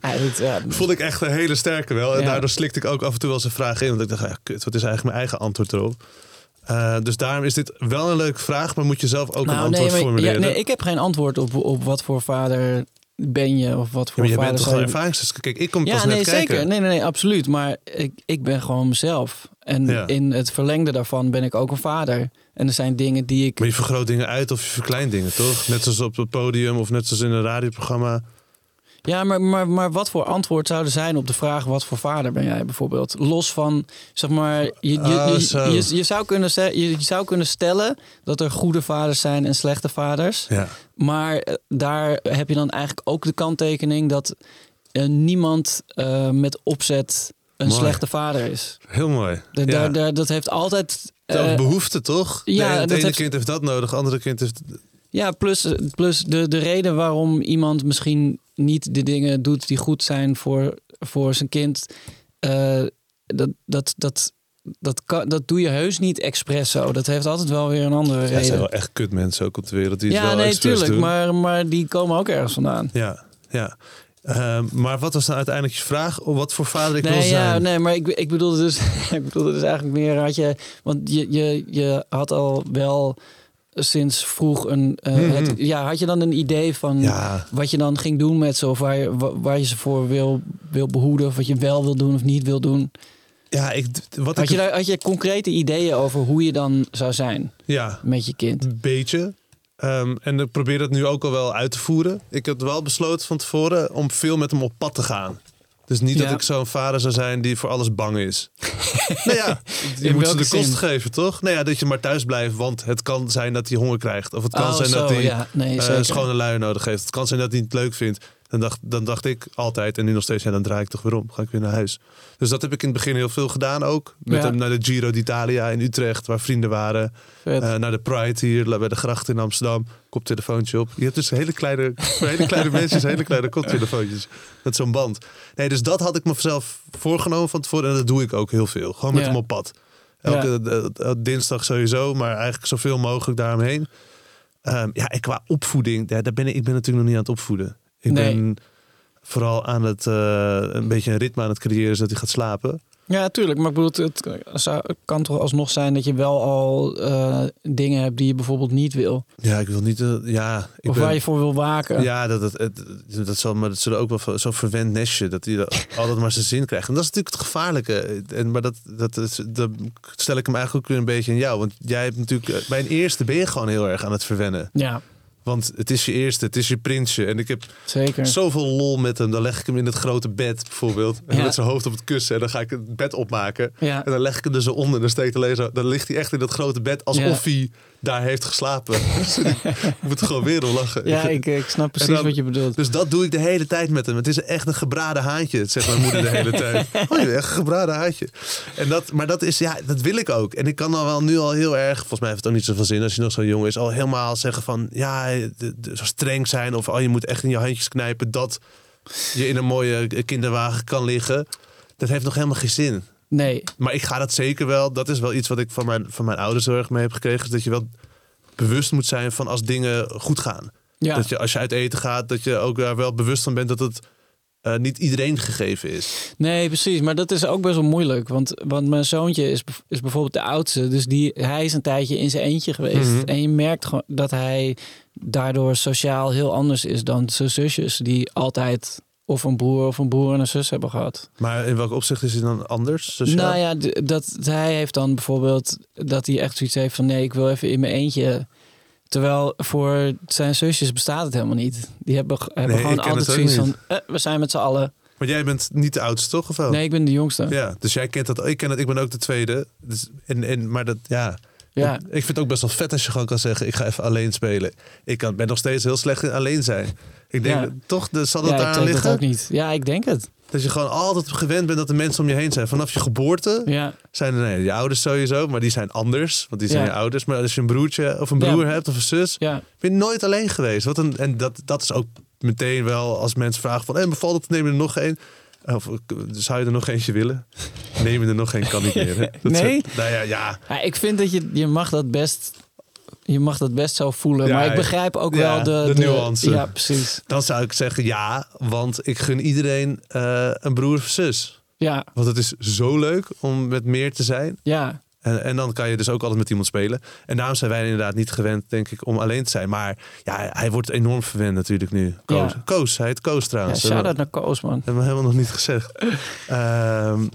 A: Ja, dat, ja,
C: Vond ik echt een hele sterke wel. En
A: Ja.
C: daardoor slikte ik ook af en toe wel eens een vraag in. Want ik dacht, ja, kut, wat is eigenlijk mijn eigen antwoord erop? Eh, dus daarom is dit wel een leuke vraag, maar moet je zelf ook een
A: Nou,
C: antwoord
A: nee, maar- ja,
C: formuleren.
A: nee, ik heb geen antwoord op, op wat voor vader ben je of wat
C: Ja,
A: voor
C: maar je
A: vader
C: bent toch
A: zou
C: wel
A: je-
C: ervaringsdeskundige? Kijk, ik kom pas
A: Ja,
C: net
A: nee,
C: kijken.
A: zeker. Nee, nee, nee, absoluut. Maar ik, ik ben gewoon mezelf. En
C: Ja.
A: in het verlengde daarvan ben ik ook een vader. En er zijn dingen die ik...
C: Maar je vergroot dingen uit of je verkleint dingen, toch? Net zoals op het podium of net zoals in een radioprogramma.
A: Ja, maar, maar, maar wat voor antwoord zou er zijn op de vraag... wat voor vader ben jij bijvoorbeeld? Los van, zeg maar... Je, je,
C: Oh,
A: je-
C: zo.
A: je, je zou kunnen, ze- je, je zou kunnen stellen dat er goede vaders zijn en slechte vaders.
C: Ja.
A: Maar eh, daar heb je dan eigenlijk ook de kanttekening dat eh, niemand eh, met opzet een
C: Mooi.
A: slechte vader is.
C: Heel mooi.
A: Da-
C: ja.
A: daar- daar- dat heeft altijd.
C: Het is ook
A: eh,
C: behoefte, toch?
A: ja,
C: Ja, het
A: dat
C: ene
A: heeft-
C: kind heeft dat nodig, het andere kind heeft
A: Ja, plus, plus de, de reden waarom iemand misschien niet de dingen doet die goed zijn voor, voor zijn kind. eh, dat, dat, dat, dat, kan, dat doe je heus niet expres zo. Dat heeft altijd wel weer een andere
C: Ja, er zijn
A: reden.
C: wel echt kut mensen ook op de wereld die het
A: Ja,
C: wel
A: nee,
C: expres
A: tuurlijk.
C: doen.
A: Maar, maar die komen ook ergens vandaan.
C: Ja, ja. Ehm, maar wat was nou uiteindelijk je vraag? Of Wat voor vader ik wil
A: Nee, ja,
C: zijn?
A: nee, maar ik, ik, bedoelde dus, ik bedoelde dus eigenlijk meer had je... Want je, je, je had al wel sinds vroeg een... eh,
C: Mhm.
A: het- ja, had je dan een idee van
C: Ja,
A: wat je dan ging doen met ze? Of waar je, wa- waar je ze voor wil, wil behoeden? Of wat je wel wil doen of niet wil doen?
C: ja ik, wat
A: Had
C: ik,
A: je, daar, had je concrete ideeën over hoe je dan zou zijn
C: ja,
A: met je kind?
C: een beetje. Ehm, en ik probeer dat nu ook al wel uit te voeren. Ik had wel besloten van tevoren om veel met hem op pad te gaan. Dus niet
A: Ja.
C: dat ik zo'n vader zou zijn die voor alles bang is. nou ja, je
A: In
C: moet ze
A: welke
C: de kost
A: zin?
C: geven, toch? Nou ja, dat je maar thuis blijft, want het kan zijn dat hij honger krijgt. Of het kan
A: Oh,
C: zijn
A: zo,
C: dat hij
A: ja, nee,
C: eh,
A: zeker.
C: schone lui nodig heeft. Het kan zijn dat hij het leuk vindt. Dan dacht, dan dacht ik altijd, en nu nog steeds, ja, dan draai ik toch weer om. Ga ik weer naar huis. Dus dat heb ik in het begin heel veel gedaan ook. Met
A: Ja.
C: hem naar de Giro d'Italia in Utrecht, waar vrienden waren.
A: Vet.
C: Eh, naar de Pride hier, bij de gracht in Amsterdam. Koptelefoontje op. Je hebt dus hele kleine, voor hele kleine mensen, hele kleine koptelefoontjes. Met zo'n band. Nee, dus dat had ik mezelf voorgenomen van tevoren. En dat doe ik ook heel veel. Gewoon met
A: Ja.
C: hem op pad. Elke eh, eh, dinsdag sowieso, maar eigenlijk zoveel mogelijk daaromheen. Ehm, ja, en qua opvoeding, ja, daar ben ik, ik ben natuurlijk nog niet aan het opvoeden. Ik
A: Nee.
C: ben vooral aan het, eh, een beetje een ritme aan het creëren, zodat hij gaat slapen.
A: Ja, tuurlijk. Maar ik bedoel, het het zou, het kan toch alsnog zijn dat je wel al eh, dingen hebt die je bijvoorbeeld niet wil.
C: Ja, ik wil niet, eh, ja. Ik
A: of
C: ben-
A: waar je voor wil waken.
C: Ja, dat, dat, het- dat, zal, maar dat zullen ook wel van- zo'n verwend nestje, dat hij dat altijd maar zijn zin krijgt. En dat is natuurlijk het gevaarlijke. eh, En, maar dat, dat, is- dat stel ik hem eigenlijk ook weer een beetje in jou. Want jij hebt natuurlijk, eh, bij een eerste ben je gewoon heel erg aan het verwennen.
A: Ja,
C: Want het is je eerste, het is je prinsje. En ik heb
A: zeker.
C: zoveel lol met hem. Dan leg ik hem in het grote bed bijvoorbeeld. En
A: Ja.
C: met zijn hoofd op het kussen. En dan ga ik het bed opmaken.
A: Ja.
C: En dan leg ik hem er zo onder. En dan steekt alleen zo. Dan ligt hij echt in dat grote bed alsof
A: Ja.
C: hij daar heeft geslapen. Dus ik moet er gewoon weer om lachen.
A: Ja, ik, ik snap precies
C: En dan-
A: wat je bedoelt.
C: Dus dat doe ik de hele tijd met hem. Het is echt een gebraden haantje, zegt mijn moeder de hele tijd. Oh, je bent echt een gebraden haantje. En dat, maar dat is, ja, dat wil ik ook. En ik kan dan wel nu al heel erg, volgens mij heeft het ook niet zoveel zin als je nog zo jong is, al helemaal zeggen van, ja, de- de- zo streng zijn of oh, je moet echt in je handjes knijpen dat je in een mooie kinderwagen kan liggen. Dat heeft nog helemaal geen zin.
A: Nee,
C: Maar ik ga dat zeker wel. Dat is wel iets wat ik van mijn, van mijn ouders heel erg mee heb gekregen. Is dat je wel bewust moet zijn van als dingen goed gaan.
A: ja.
C: Dat je als je uit eten gaat, dat je ook daar wel bewust van bent dat het eh, niet iedereen gegeven is.
A: nee, precies. Maar dat is ook best wel moeilijk. Want, want mijn zoontje is, bev- is bijvoorbeeld de oudste. Dus die, hij is een tijdje in zijn eentje geweest.
C: Mhm.
A: En je merkt gewoon dat hij daardoor sociaal heel anders is dan zijn zusjes. Die altijd of een broer of een broer en een zus hebben gehad.
C: Maar in welk opzicht is het dan anders? Dus sociaal?
A: Nou ja, d- dat hij heeft dan bijvoorbeeld dat hij echt zoiets heeft van nee, ik wil even in mijn eentje. Terwijl voor zijn zusjes bestaat het helemaal niet. Die hebben, g- hebben
C: Nee, ik
A: gewoon
C: ken het
A: altijd
C: ook
A: zoiets van eh, we zijn met z'n allen.
C: Maar jij bent niet de oudste, toch? Of wel?
A: Nee, ik ben de jongste. Ja,
C: Oh. Ja, dus jij kent dat. Ik ken dat. Ik ben ook de tweede. Dus, en, en, maar dat, ja. Dat- ik vind het ook best wel vet als je gewoon kan zeggen: ik ga even alleen spelen. Ik kan, ben nog steeds heel slecht in alleen zijn. Ik denk
A: Ja.
C: dat- toch, dus zal
A: Ja,
C: dat
A: ik
C: daaraan
A: denk dat
C: liggen?
A: ook niet. Ja, ik denk het.
C: Dat je gewoon altijd gewend bent dat de mensen om je heen zijn. Vanaf je geboorte
A: Ja,
C: zijn er nee, je ouders sowieso, maar die zijn anders. Want die zijn
A: Ja.
C: je ouders. Maar als je een broertje of een
A: Ja.
C: broer hebt of een zus,
A: ja,
C: ben je nooit alleen geweest. Wat een, en dat, dat is ook meteen wel als mensen vragen van... Hey, bevalt het, neem je er nog één? Of eh, zou je er nog eentje willen? Neem je er nog één, kan niet meer. hè? Dat
A: Nee?
C: soort- nou ja, ja.
A: Ja, ik vind dat je, je mag dat best. Je mag dat best zo voelen.
C: Ja,
A: maar ik begrijp ook
C: ja,
A: wel de,
C: de nuance.
A: Ja, precies.
C: Dan zou ik zeggen ja, want ik gun iedereen eh, een broer of zus.
A: Ja,
C: Want het is zo leuk om met meer te zijn.
A: ja.
C: En, en dan kan je dus ook altijd met iemand spelen. En daarom zijn wij inderdaad niet gewend, denk ik, om alleen te zijn. Maar ja, hij wordt enorm verwend natuurlijk nu. Koos,
A: Ja.
C: Koos hij heet Koos
A: ja
C: trouwens.
A: shout out naar Koos, man.
C: Hebben we helemaal nog niet gezegd. Ehm,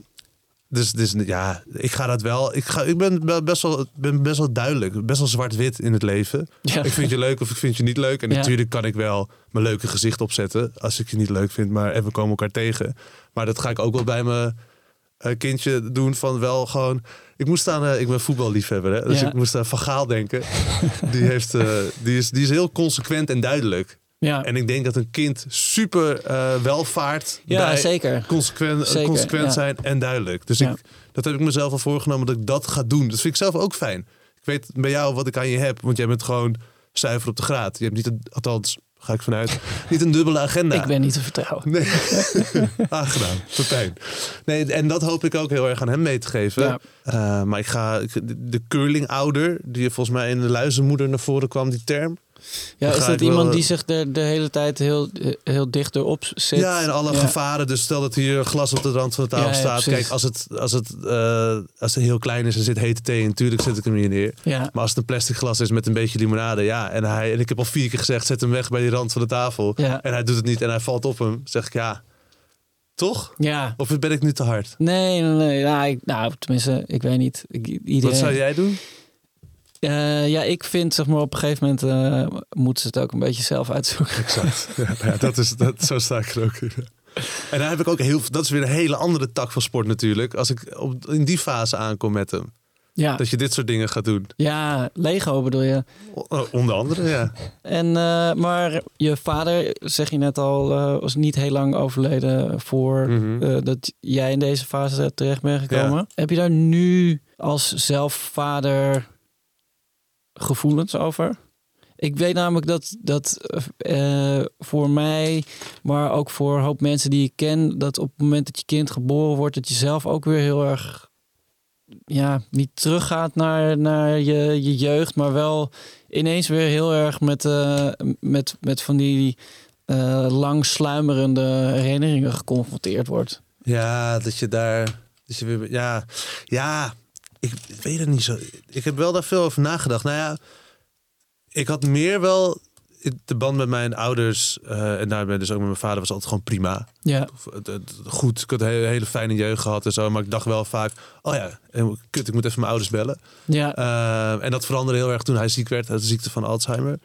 C: dus, dus ja, ik ga dat wel. Ik, ga, ik ben, wel best wel, ben best wel duidelijk. Best wel zwart-wit in het leven.
A: Ja.
C: Ik vind je leuk of ik vind je niet leuk. En
A: Ja.
C: natuurlijk kan ik wel mijn leuke gezicht opzetten. Als ik je niet leuk vind, maar en we komen elkaar tegen. Maar dat ga ik ook wel bij mijn eh, kindje doen. Van wel gewoon. Ik moest aan. eh, ik ben voetballiefhebber. Hè? Dus
A: Ja.
C: ik moest aan Van Gaal denken. die, heeft, eh, die, is, die is heel consequent en duidelijk.
A: Ja,
C: En ik denk dat een kind super eh, welvaart.
A: ja
C: bij-
A: zeker.
C: consequent,
A: Zeker,
C: consequent
A: ja.
C: zijn en duidelijk. Dus
A: Ja.
C: ik, dat heb ik mezelf al voorgenomen dat ik dat ga doen. Dat vind ik zelf ook fijn. Ik weet bij jou wat ik aan je heb, want jij bent gewoon zuiver op de graad. Je hebt niet, een, althans, ga ik vanuit, niet een dubbele agenda.
A: Ik ben niet te vertrouwen.
C: Nee, Ah, aangedaan. Pepijn. Nee, en dat hoop ik ook heel erg aan hem mee te geven.
A: Ja.
C: Eh, maar ik ga, ik- de- de curlingouder, die volgens mij in de luizenmoeder naar voren kwam, die term.
A: Ja,
C: Dan
A: is
C: ga
A: dat
C: ik wel,
A: iemand
C: eh,
A: die zich de, de hele tijd heel, heel dicht erop zit?
C: Ja, en alle
A: Ja.
C: gevaren. Dus stel dat hier een glas op de rand van de tafel
A: Ja, ja,
C: staat.
A: precies.
C: Kijk, als het, als, het, eh, als het heel klein is en zit hete thee in, natuurlijk zet ik hem hier neer.
A: Ja.
C: Maar als het een plastic glas is met een beetje limonade, ja. En, hij, en ik heb al vier keer gezegd, zet hem weg bij die rand van de tafel.
A: Ja.
C: En hij doet het niet en hij valt op hem. Zeg ik, ja, toch?
A: ja.
C: Of ben ik nu te hard?
A: Nee, nee, nee. Nou, ik, nou, tenminste, ik weet niet. Ik, iedereen,
C: Wat zou jij doen?
A: Eh, ja, ik vind, zeg maar, op een gegeven moment eh, moeten ze het ook een beetje zelf uitzoeken.
C: Exact. Ja, nou ja, dat is, dat, zo sta ik er ook in. En daar heb ik ook heel Dat is weer een hele andere tak van sport natuurlijk. Als ik op, in die fase aankom met hem.
A: Ja.
C: Dat je dit soort dingen gaat doen.
A: ja, Lego bedoel je.
C: O- eh, Onder andere, ja.
A: En, eh, maar je vader, zeg je net al, eh, was niet heel lang overleden voor
C: Mhm.
A: eh, dat jij in deze fase terecht bent gekomen. Heb je daar nu als zelfvader gevoelens over? Ik weet namelijk dat, dat eh, eh, voor mij, maar ook voor een hoop mensen die ik ken, dat op het moment dat je kind geboren wordt, dat je zelf ook weer heel erg ja, niet teruggaat naar, naar je, je jeugd, maar wel ineens weer heel erg met, eh, met, met van die eh, lang sluimerende herinneringen geconfronteerd wordt.
C: Ja, dat je daar. Dat je weer, ja, ja, ik weet het niet zo. Ik heb wel daar veel over nagedacht. Nou ja, ik had meer wel. De band met mijn ouders eh, en daarbij dus ook met mijn vader was altijd gewoon prima.
A: Ja,
C: Of, het- het- Goed, ik had een hele, hele fijne jeugd gehad en zo. Maar ik dacht wel vaak, oh ja, eh, kut, ik moet even mijn ouders bellen.
A: ja,
C: Eh, en dat veranderde heel erg toen hij ziek werd uit de ziekte van Alzheimer.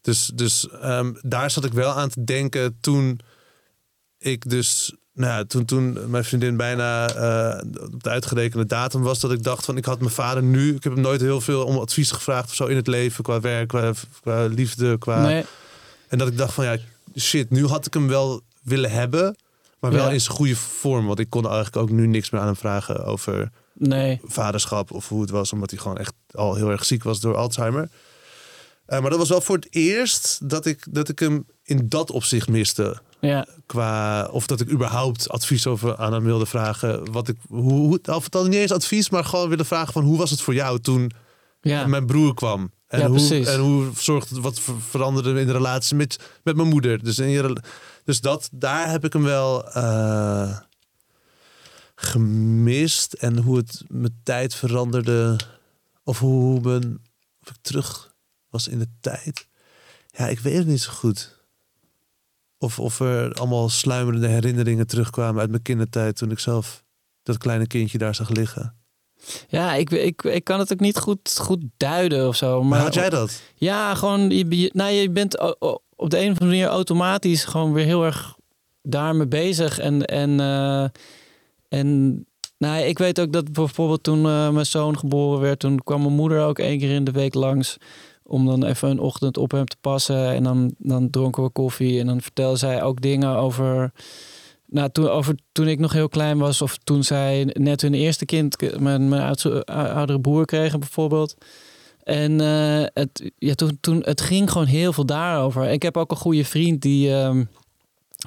C: Dus, dus ehm, daar zat ik wel aan te denken toen ik dus... Nou ja, toen, toen mijn vriendin bijna eh, op de uitgerekende datum was... dat ik dacht van ik had mijn vader nu... Ik heb hem nooit heel veel om advies gevraagd of zo in het leven. Qua werk, qua, qua liefde, qua...
A: nee,
C: En dat ik dacht van ja, shit, nu had ik hem wel willen hebben... maar wel
A: Ja.
C: in zijn goede vorm. Want ik kon eigenlijk ook nu niks meer aan hem vragen over
A: nee.
C: vaderschap of hoe het was, omdat hij gewoon echt al heel erg ziek was door Alzheimer. Eh, maar dat was wel voor het eerst dat ik, dat ik hem in dat opzicht miste.
A: Ja,
C: Qua, of dat ik überhaupt advies over aan hem wilde vragen. Wat ik, hoe, hoe, of het dan niet eens advies, maar gewoon wilde vragen van hoe was het voor jou toen
A: ja.
C: mijn broer kwam? En
A: Ja,
C: hoe,
A: precies.
C: en hoe zorgt het, wat ver- veranderde in de relatie met, met mijn moeder? Dus, in je, rela- dus dat, daar heb ik hem wel eh, gemist. En hoe het mijn tijd veranderde. Of hoe mijn, of ik terug was in de tijd. Ja, ik weet het niet zo goed. Of, of er allemaal sluimerende herinneringen terugkwamen uit mijn kindertijd. toen ik zelf dat kleine kindje daar zag liggen.
A: ja ik, ik, ik kan het ook niet goed, goed duiden of zo.
C: Maar
A: Maar
C: had jij dat?
A: Ja, gewoon, je, je- nou, je bent o- o- op de een of andere manier automatisch gewoon weer heel erg daarmee bezig. En, en, eh, en nou, ik weet ook dat bijvoorbeeld toen eh, mijn zoon geboren werd, toen kwam mijn moeder ook één keer in de week langs om dan even een ochtend op hem te passen. En dan, dan dronken we koffie en dan vertelde zij ook dingen over... Nou, toen, over toen ik nog heel klein was, of toen zij net hun eerste kind, k- mijn, mijn oudste- ou- oudere broer kregen bijvoorbeeld. En eh, het, ja, toen, toen, het ging gewoon heel veel daarover. Ik heb ook een goede vriend die ehm,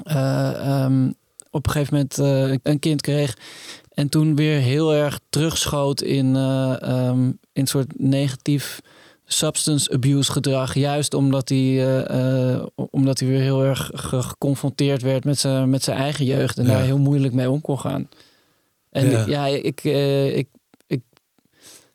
A: eh, ehm, op een gegeven moment eh, een kind kreeg. En toen weer heel erg terugschoot in, eh, ehm, in een soort negatief substance abuse gedrag. Juist omdat hij, eh, eh, omdat hij weer heel erg ge- geconfronteerd werd met zijn, met zijn eigen jeugd. En
C: Ja.
A: daar heel moeilijk mee om kon gaan. En
C: Ja.
A: ja, ik, eh, ik, ik,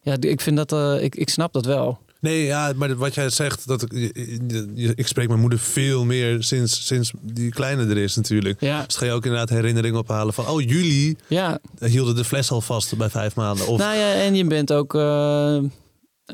A: ja, ik vind dat, eh, ik, ik snap dat wel.
C: Nee, ja, maar wat jij zegt, dat ik, je- je- je- ik spreek mijn moeder veel meer sinds, sinds die kleine er is natuurlijk.
A: Ja,
C: Dus ga je ook inderdaad herinneringen ophalen van, oh jullie
A: ja.
C: hielden de fles al vast bij vijf maanden. Of,
A: Nou ja, en je bent ook. eh,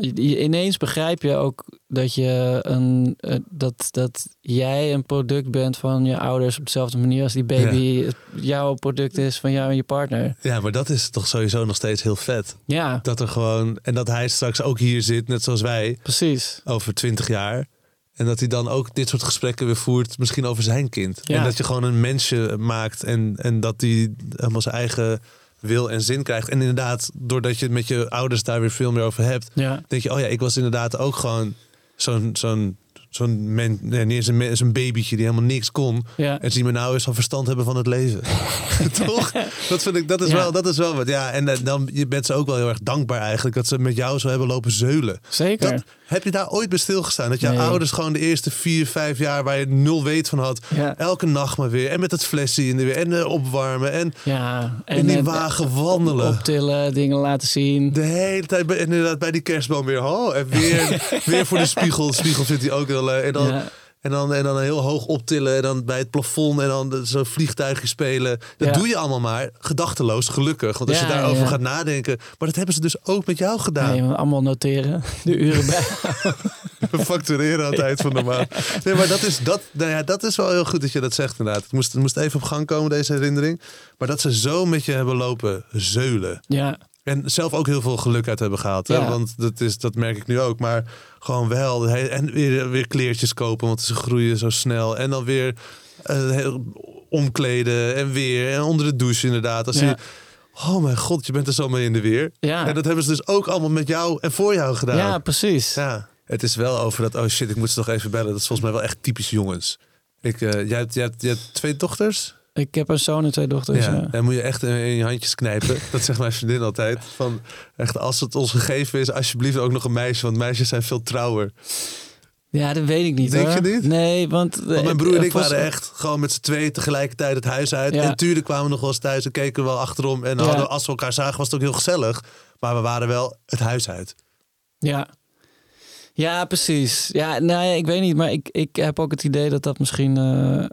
A: je- ineens begrijp je ook dat, je een, eh, dat, dat jij een product bent van je ouders op dezelfde manier als die baby het- jouw product is van jou en je partner.
C: Ja, maar dat is toch sowieso nog steeds heel vet.
A: Ja,
C: Dat er gewoon, en dat hij straks ook hier zit, net zoals wij,
A: precies.
C: over twintig jaar. En dat hij dan ook dit soort gesprekken weer voert, misschien over zijn kind.
A: Ja.
C: En dat je gewoon een mensje maakt en, en dat die helemaal zijn eigen wil en zin krijgt. En inderdaad, doordat je het met je ouders daar weer veel meer over hebt,
A: Ja,
C: denk je, oh ja, ik was inderdaad ook gewoon zo'n zo'n zo'n men, nee, niet eens een, men- zo'n babytje die helemaal niks kon.
A: Ja.
C: En zie me nou eens van verstand hebben van het leven. Toch? Dat vind ik, dat is,
A: Ja.
C: wel, dat is wel wat. Ja, en eh, dan, je bent ze ook wel heel erg dankbaar eigenlijk dat ze met jou zo hebben lopen zeulen.
A: Zeker.
C: Dat, heb je daar ooit bij stilgestaan? Dat jouw
A: Nee.
C: ouders gewoon de eerste vier, vijf jaar waar je nul weet van had.
A: Ja.
C: Elke nacht maar weer. En met het flesje in de weer. En eh, opwarmen. En
A: ja.
C: in die
A: eh,
C: wagen wandelen.
A: Optillen, dingen laten zien.
C: De hele tijd, bij- inderdaad, bij die kerstboom weer. Oh, en weer, weer voor de spiegel. De spiegel vindt hij ook wel leuk. En dan,
A: Ja.
C: en, dan, en dan heel hoog optillen. En dan bij het plafond. En dan zo'n vliegtuigje spelen. Dat
A: Ja.
C: doe je allemaal maar gedachteloos, gelukkig. Want als
A: Ja,
C: je daarover
A: ja.
C: gaat nadenken. Maar dat hebben ze dus ook met jou gedaan.
A: Nee, maar allemaal noteren. De uren bij.
C: We factureren aan het eind van de maand. Nee, maar dat is, dat, nou ja, dat is wel heel goed dat je dat zegt inderdaad. Het moest, het moest even op gang komen, deze herinnering. Maar dat ze zo met je hebben lopen zeulen.
A: ja.
C: En zelf ook heel veel geluk uit hebben gehaald. Hè?
A: Ja.
C: Want dat, is, dat merk ik nu ook. Maar gewoon wel. he- En weer, weer kleertjes kopen, want ze groeien zo snel. En dan weer eh, heel- omkleden en weer. En onder de douche inderdaad. Als
A: Ja.
C: je, oh mijn god, je bent er zo mee in de weer.
A: Ja.
C: En dat hebben ze dus ook allemaal met jou en voor jou gedaan.
A: ja, precies.
C: Ja, het is wel over dat, oh shit, ik moet ze nog even bellen. Dat is volgens mij wel echt typisch jongens. Ik, eh, jij, hebt, jij, hebt, jij hebt twee dochters?
A: Ik heb een zoon en twee dochters. Ja.
C: Dan moet je echt in, in je handjes knijpen. Dat zegt mijn vriendin altijd. Van, echt, als het ons gegeven is, alsjeblieft ook nog een meisje. Want meisjes zijn veel trouwer.
A: Ja, dat weet ik niet.
C: Denk
A: hoor.
C: je niet?
A: Nee, want...
C: Want mijn broer en ik
A: eh,
C: waren echt gewoon met z'n twee tegelijkertijd het huis uit.
A: Ja.
C: En tuurlijk kwamen we nog wel eens thuis en keken we wel achterom. En
A: Ja.
C: hadden, als we elkaar zagen was het ook heel gezellig. Maar we waren wel het huis uit.
A: Ja. Ja, precies. Ja, nou ja, ik weet niet, maar ik, ik heb ook het idee dat dat misschien eh,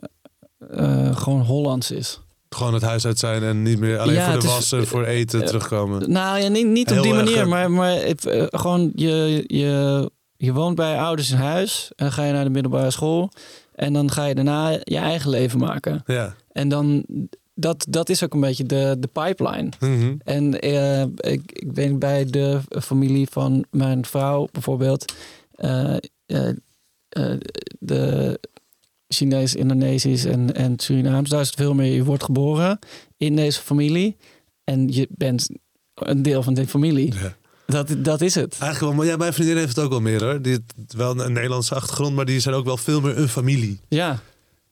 A: eh, gewoon Hollands is.
C: Gewoon het huis uit zijn en niet meer alleen
A: Ja,
C: voor
A: het
C: de
A: is-
C: was en voor eten terugkomen.
A: Nou ja, niet, niet op
C: Heel
A: die
C: erg,
A: manier,
C: eh,
A: maar, maar het, eh, gewoon je, je, je woont bij je ouders in huis en dan ga je naar de middelbare school en dan ga je daarna je eigen leven maken.
C: Ja.
A: En dan, dat, dat is ook een beetje de, de pipeline.
C: Mhm.
A: En eh, ik, ik ben bij de familie van mijn vrouw bijvoorbeeld. eh, eh, eh, de Chinees, Indonesisch en, en Surinaams. Daar is het veel meer. Je wordt geboren in deze familie. En je bent een deel van die familie.
C: Ja. Ah,
A: Dat, dat is het.
C: Eigenlijk wel, maar ja, mijn vriendin heeft het ook wel meer hoor. Die heeft wel een Nederlandse achtergrond, maar die zijn ook wel veel meer een familie.
A: Ja,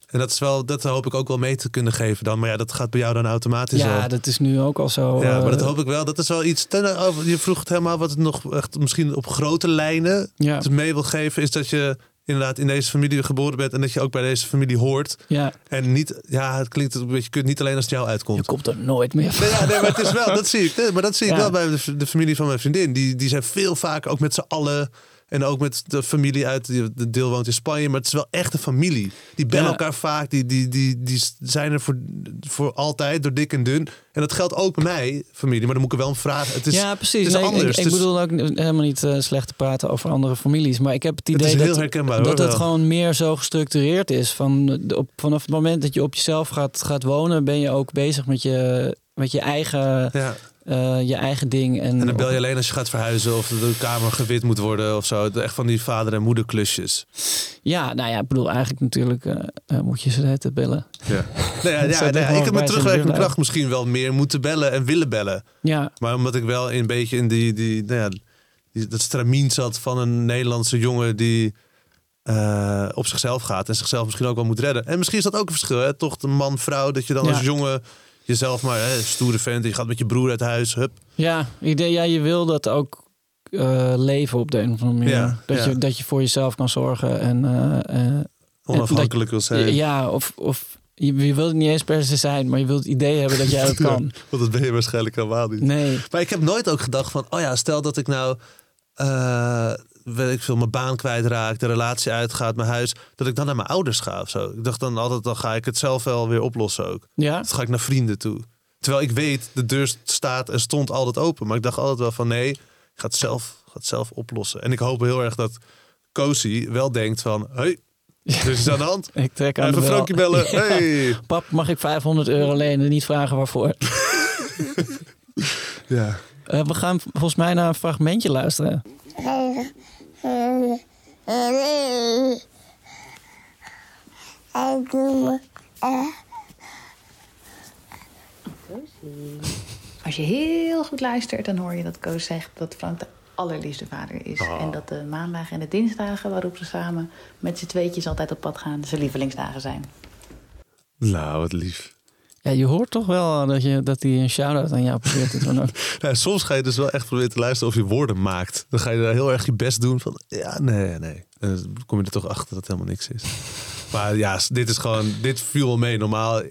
C: En dat, is wel, dat hoop ik ook wel mee te kunnen geven dan. Maar ja, dat gaat bij jou dan automatisch
A: ja
C: al.
A: dat is nu ook al zo.
C: ja, maar dat
A: eh,
C: hoop ik wel. Dat is wel iets. ten- oh, je vroeg het helemaal wat het nog echt misschien op grote lijnen
A: Ja,
C: te mee wil geven. Is dat je inderdaad in deze familie geboren bent en dat je ook bij deze familie hoort.
A: ja.
C: En niet, ja, het klinkt een beetje kut, niet alleen als het jou uitkomt.
A: Je komt er nooit meer van.
C: Nee, ja, nee, maar het is wel, dat zie ik. Nee, maar dat zie ik
A: Ja.
C: wel bij de, de familie van mijn vriendin. Die, die zijn veel vaker ook met z'n allen. En ook met de familie uit, die- de deel woont in Spanje. Maar het is wel echt een familie. Die bellen
A: Ja.
C: elkaar vaak. Die, die, die, die zijn er voor, voor altijd, door dik en dun. En dat geldt ook bij mij, familie. Maar dan moet ik er wel een vraag. Het is,
A: ja, precies.
C: Het is
A: Nee, ik-
C: anders.
A: Ik, ik
C: Het is-
A: bedoel ook n- helemaal niet eh, slecht te praten over andere families. Maar ik heb het idee
C: is heel
A: dat
C: herkenbaar, hoor,
A: dat het
C: wel.
A: gewoon meer zo gestructureerd is. Van de- op, vanaf het moment dat je op jezelf gaat, gaat wonen, ben je ook bezig met je, met je, eigen,
C: ja.
A: eh, je eigen ding. En,
C: En dan bel je alleen als je gaat verhuizen. Of de kamer gewit moet worden of zo. Echt van die vader- en moederklusjes.
A: Ja, nou ja, ik bedoel eigenlijk natuurlijk eh, eh, moet je ze de hele tijd bellen.
C: Ja. Nou ja,
A: Dat
C: ja,
A: zou
C: nou ja,
A: toch wel bij
C: ik heb met
A: zo'n
C: terugwerkende
A: deur-
C: kracht misschien wel meer moeten bellen en willen bellen.
A: Ja,
C: Maar omdat ik wel een beetje in die, die, nou ja, die, dat stramien zat van een Nederlandse jongen die eh, op zichzelf gaat en zichzelf misschien ook wel moet redden. En misschien is dat ook een verschil, hè? toch? De man-vrouw, dat je dan
A: Ja.
C: als jongen jezelf maar, hè, stoere vent, je gaat met je broer uit huis, hup.
A: ja, ik denk- ja je wil dat ook. eh, leven op de een of andere manier.
C: Ja,
A: dat,
C: ja.
A: Je, dat je voor jezelf kan zorgen en eh, eh,
C: Onafhankelijk wil
A: Ja,
C: zijn.
A: Ja, of, of je, je wilt het niet eens per se zijn, maar je wilt het idee hebben dat jij dat kan.
C: Want dat ben je waarschijnlijk helemaal niet.
A: Nee.
C: Maar ik heb nooit ook gedacht van, oh ja, stel dat ik nou, eh, weet ik veel, mijn baan kwijtraak, de relatie uitgaat, mijn huis, dat ik dan naar mijn ouders ga of zo. Ik dacht dan altijd, dan ga ik het zelf wel weer oplossen ook.
A: Ja?
C: Dan ga ik naar vrienden toe. Terwijl ik weet, de deur staat en stond altijd open. Maar ik dacht altijd wel van nee, ik ga het zelf, ik ga het zelf oplossen. En ik hoop heel erg dat Cozy wel denkt van... Hey, er is iets aan de hand.
A: Ik trek aan
C: Even
A: de bel.
C: Frankje bellen. Hey.
A: Pap, mag ik 500 euro lenen? Niet vragen waarvoor.
C: Ja.
A: Eh, we gaan volgens mij naar een fragmentje luisteren.
D: Als je heel goed luistert, dan hoor je dat Koos zegt dat Frank de allerliefste vader is.
C: Oh.
D: En dat de maandagen en de dinsdagen waarop ze samen met z'n tweetjes altijd op pad gaan, zijn lievelingsdagen zijn.
C: Nou, wat lief.
A: Ja, je hoort toch wel dat hij dat die een shout-out aan jou probeert te doen. ook.
C: Nou, soms ga je dus wel echt proberen te luisteren of je woorden maakt. Dan ga je daar heel erg je best doen van, ja, nee, nee. En dan kom je er toch achter dat het helemaal niks is. Maar ja, s- dit is gewoon, dit viel wel mee. Normaal,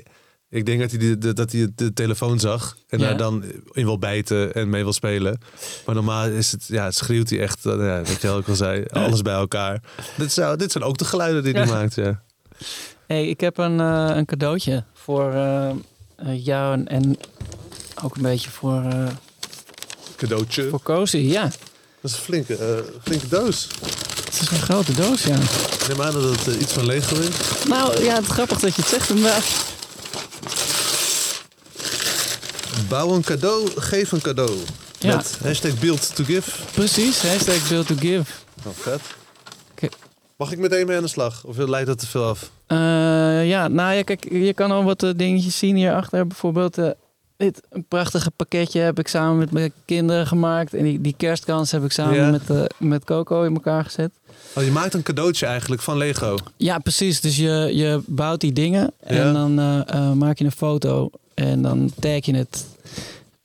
C: ik denk dat hij de, de- dat hij de telefoon zag en
A: Ja.
C: daar dan in wil bijten en mee wil spelen. Maar normaal is het, ja, het schreeuwt hij echt, eh, ja, wat je ook al zei, alles bij elkaar. Dit, zou, dit zijn ook de geluiden die hij
A: Ja.
C: maakt, ja.
A: hey, ik heb een, eh, een cadeautje voor eh, eh, jou en, en ook een beetje voor, eh
C: Cadeautje.
A: voor Cozy. Ja,
C: Dat is een flinke, eh, flinke doos.
A: het is een grote doos, ja.
C: Ik neem aan dat het eh, iets van Lego is.
A: Nou ja, het is grappig dat je het zegt. Maar...
C: Bouw een cadeau, geef een cadeau.
A: Ja.
C: Met hashtag build to give.
A: Precies, hashtag build to give.
C: Oh, vet.
A: Oké.
C: Mag ik meteen mee aan de slag? Of leidt dat te veel af?
A: Eh, ja, nou ja, kijk, je kan al wat eh, dingetjes zien hierachter. Bijvoorbeeld eh, dit een prachtige pakketje heb ik samen met mijn kinderen gemaakt. En die, die kerstkans heb ik samen
C: Ja.
A: met, eh, met Coco in elkaar gezet.
C: Oh, je maakt een cadeautje eigenlijk van Lego.
A: Ja, precies. Dus je, je bouwt die dingen en
C: Ja.
A: dan eh, eh, maak je een foto en dan tag je het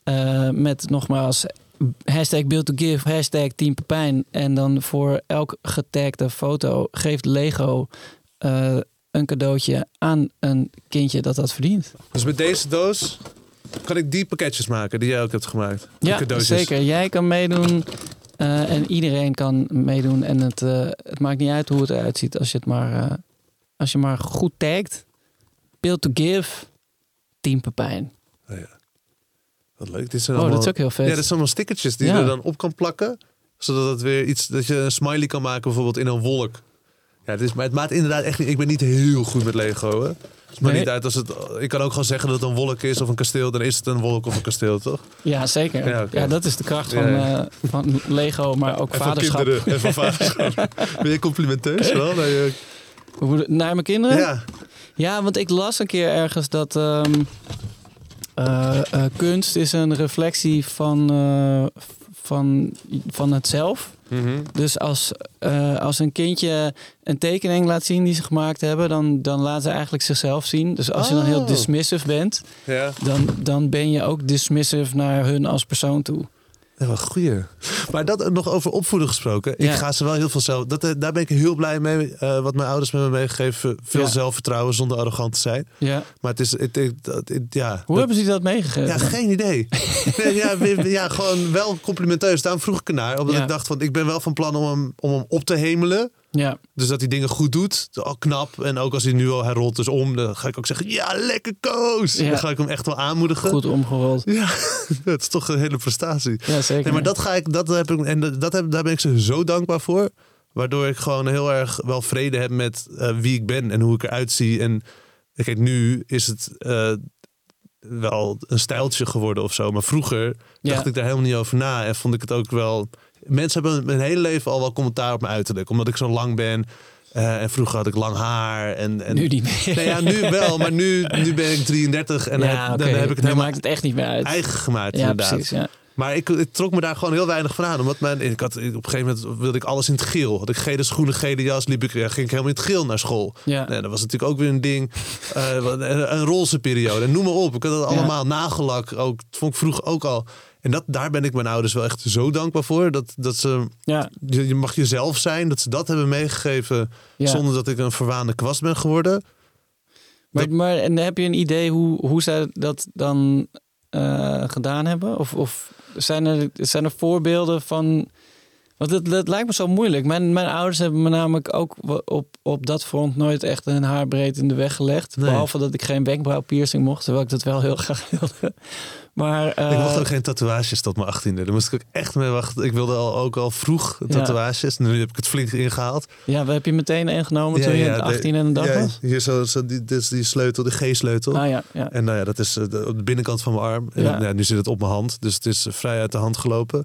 A: eh, met nogmaals hashtag build to give, hashtag team Pepijn. En dan voor elk getagde foto geeft Lego eh, een cadeautje aan een kindje dat dat verdient.
C: Dus met deze doos kan ik die pakketjes maken die jij ook hebt gemaakt. Die
A: ja,
C: cadeautjes.
A: zeker. Jij kan meedoen eh, en iedereen kan meedoen. En het, eh, het maakt niet uit hoe het eruit ziet als je het maar, eh, als je maar goed tagt. Build to give, Team Pepijn.
C: Oh Wat leuk. Dit zijn
A: Oh, dat
C: allemaal...
A: is ook heel vet.
C: Ja, dat zijn allemaal stickertjes die
A: Ja.
C: je er dan op kan plakken. Zodat het weer iets... Dat je een smiley kan maken bijvoorbeeld in een wolk. Ja, het is, maar het maakt inderdaad echt niet... Ik ben niet heel goed met Lego, hè. Het maakt
A: Nee.
C: niet uit als het... Ik kan ook gewoon zeggen dat het een wolk is of een kasteel. Dan is het een wolk of een kasteel, toch?
A: Ja, zeker.
C: Ja,
A: Ja,
C: oké.
A: dat is de kracht van,
C: Ja, ja.
A: eh, van Lego, maar ook
C: En van
A: vaderschap.
C: kinderen en van vaderschap. ben je complimenteus wel? Nee, eh,
A: Hoe bedoel- Naar mijn kinderen?
C: ja.
A: Ja, want ik las een keer ergens dat ehm, eh, eh, kunst is een reflectie van, eh, van, van het zelf.
C: Mhm.
A: Dus als, eh, als een kindje een tekening laat zien die ze gemaakt hebben, dan, dan laat ze eigenlijk zichzelf zien. Dus als je dan heel
C: Oh.
A: dismissive bent,
C: ja.
A: dan, dan ben je ook dismissive naar hun als persoon toe.
C: Ja, wel goeie. Maar dat eh, nog over opvoeden gesproken.
A: Ja.
C: Ik ga ze wel heel veel zelf. Dat, eh, daar ben ik heel blij mee. eh, wat mijn ouders met me meegegeven. Veel
A: Ja.
C: zelfvertrouwen zonder arrogant te zijn.
A: Ja.
C: Maar het is. Het, het- dat- het- ja.
A: Hoe
C: Dat-
A: hebben ze dat meegegeven?
C: ja, geen idee. Nee, ja, we- we- ja, gewoon wel complimenteus. Daarom vroeg ik ernaar. Omdat
A: Ja.
C: ik dacht, want ik ben wel van plan om hem, om hem op te hemelen.
A: Ja.
C: Dus dat hij dingen goed doet. Al knap. En ook als hij nu al herrolt dus om. Dan ga ik ook zeggen, ja, lekker koos.
A: Ja.
C: Dan ga ik hem echt wel aanmoedigen.
A: Goed omgerold.
C: Ja, dat is toch een hele prestatie.
A: Ja, zeker.
C: Nee, maar dat ga ik, dat heb ik, en dat heb, daar ben ik ze zo dankbaar voor. Waardoor ik gewoon heel erg wel vrede heb met eh, wie ik ben en hoe ik eruit zie. En eh, kijk, nu is het eh, wel een stijltje geworden of zo. Maar vroeger
A: Ja.
C: dacht ik daar helemaal niet over na. En vond ik het ook wel. Mensen hebben mijn hele leven al wel commentaar op mijn uiterlijk. Omdat ik zo lang ben. Eh, en vroeger had ik lang haar. En, en...
A: nu niet meer.
C: Nee, Nou ja, nu wel. Maar nu, nu ben ik 33 en
A: Ja,
C: heb- dan
A: oké.
C: heb ik het helemaal
A: maakt het echt niet meer uit.
C: eigen gemaakt.
A: ja,
C: inderdaad.
A: precies. Ja.
C: Maar ik, ik trok me daar gewoon heel weinig van aan. Omdat mijn, ik had, op een gegeven moment wilde ik alles in het geel. Had ik gele schoenen, gele jas, liep ik, ging ik helemaal in het geel naar school.
A: Ja.
C: Nee, dat was natuurlijk ook weer een ding. Eh, wat- een, een roze periode. Noem maar op. Ik had dat allemaal nagelak. Ook, dat vond ik vroeg ook al. En dat, daar ben ik mijn ouders wel echt zo dankbaar voor. Dat, dat ze,
A: Ja.
C: je, je mag jezelf zijn. Dat ze dat hebben meegegeven.
A: Ja.
C: Zonder dat ik een verwaande kwast ben geworden.
A: Maar, maar en heb je een idee hoe, hoe zij dat dan eh, gedaan hebben? Of, of zijn, er, zijn er voorbeelden van... Want dat, dat lijkt me zo moeilijk. Mijn, mijn ouders hebben me namelijk ook wa- op, op dat front nooit echt een haarbreed in de weg gelegd.
C: Nee.
A: Behalve dat ik geen wenkbrauwpiercing mocht, terwijl ik dat wel heel graag wilde. Maar, eh,
C: Ik mocht ook geen tatoeages tot mijn achttiende. Daar moest ik ook echt mee wachten. Ik wilde al, ook al vroeg tatoeages. Nu heb ik het flink ingehaald.
A: Ja, we heb je meteen een genomen toen je
C: de-
A: 18 en een dag
C: ja,
A: was?
C: Hier zo, zo die, dit is die sleutel, de G-sleutel.
A: Ah ja, ja.
C: En nou ja, dat is eh, de- op de binnenkant van mijn arm. En, nou
A: Ja.
C: ja, nu zit het op mijn hand, dus het is eh, vrij uit de hand gelopen.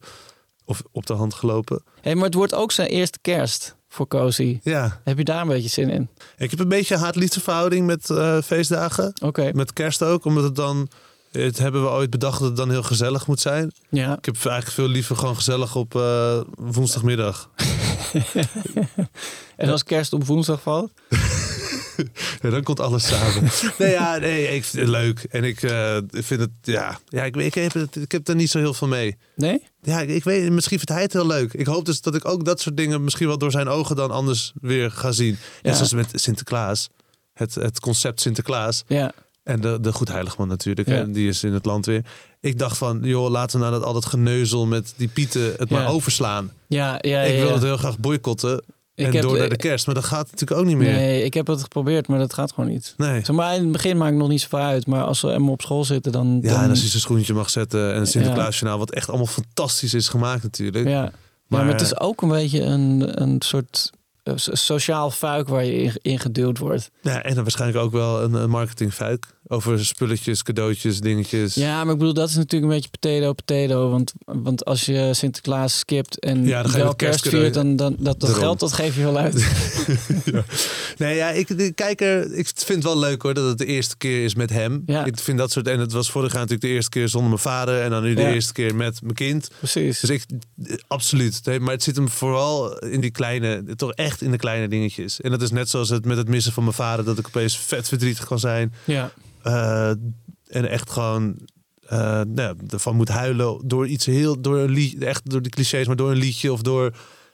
C: Of op de hand gelopen.
A: Hey, maar het wordt ook zijn eerste kerst voor Cozy.
C: Ja,
A: Heb je daar een beetje zin in?
C: ik heb een beetje haat-liefdeverhouding met eh, feestdagen.
A: Oké.
C: Met kerst ook, omdat het dan... Het hebben we ooit bedacht dat het dan heel gezellig moet zijn.
A: Ja.
C: Ik heb eigenlijk veel liever gewoon gezellig op eh, woensdagmiddag.
A: En als kerst op woensdag valt?
C: Ja, dan komt alles samen. nee, ja, nee, ik vind het leuk. En ik eh, ik vind het, ja, ja ik, ik, heb, het- ik heb er niet zo heel veel mee.
A: Nee?
C: Ja, ik, ik weet, misschien vindt hij het heel leuk. Ik hoop dus dat ik ook dat soort dingen misschien wel door zijn ogen dan anders weer ga zien.
A: Ja.
C: Net zoals met Sinterklaas. Het, het concept Sinterklaas.
A: Ja.
C: En de, de Goedheiligman natuurlijk.
A: Ja.
C: hè, Die is in het land weer. Ik dacht van, joh, laten we nou dat al dat geneuzel met die pieten het
A: Ja.
C: maar overslaan.
A: Ja, ja,
C: ik
A: ja,
C: wil
A: ja.
C: het heel graag boycotten.
A: Ik
C: en
A: heb-
C: door naar de kerst. Maar dat gaat natuurlijk ook niet meer. Nee.
A: Nee, ik heb het geprobeerd, maar dat gaat gewoon niet. Zeg maar in het begin maakt het nog niet zoveel uit. Maar als ze hem op school zitten, dan...
C: Ja, en
A: dan
C: als je zijn schoentje mag zetten. En het Sinterklaasjournaal, wat echt allemaal fantastisch is gemaakt natuurlijk.
A: ja. Maar,
C: Maar-
A: maar het is ook een beetje een, een soort eh, so- sociaal fuik waar je in, in geduwd wordt.
C: Ja, en dan waarschijnlijk ook wel een, een marketingfuik. Over spulletjes, cadeautjes, dingetjes.
A: Ja, maar ik bedoel, dat is natuurlijk een beetje potato, potato. Want, want als je Sinterklaas skipt en
C: Ja, dan ga je
A: wel
C: met
A: kerst
C: kerstcadeau-
A: viert, dan, dan dat, dat
C: Daarom.
A: geld dat geef je wel uit.
C: Nee, ja, ik, ik kijk er, ik vind het wel leuk hoor dat het de eerste keer is met hem.
A: Ja.
C: Ik vind dat soort, en het was vorig jaar natuurlijk de eerste keer zonder mijn vader. En dan nu de
A: Ja.
C: eerste keer met mijn kind.
A: Precies.
C: Dus ik, eh, absoluut. Nee, maar het zit hem vooral in die kleine, toch echt in de kleine dingetjes. En dat is net zoals het met het missen van mijn vader, dat ik opeens vet verdrietig kan zijn.
A: ja.
C: Eh, en echt gewoon eh, nou, ja, ervan moet huilen door iets heel, door een lied, echt door de clichés, maar door een liedje of door.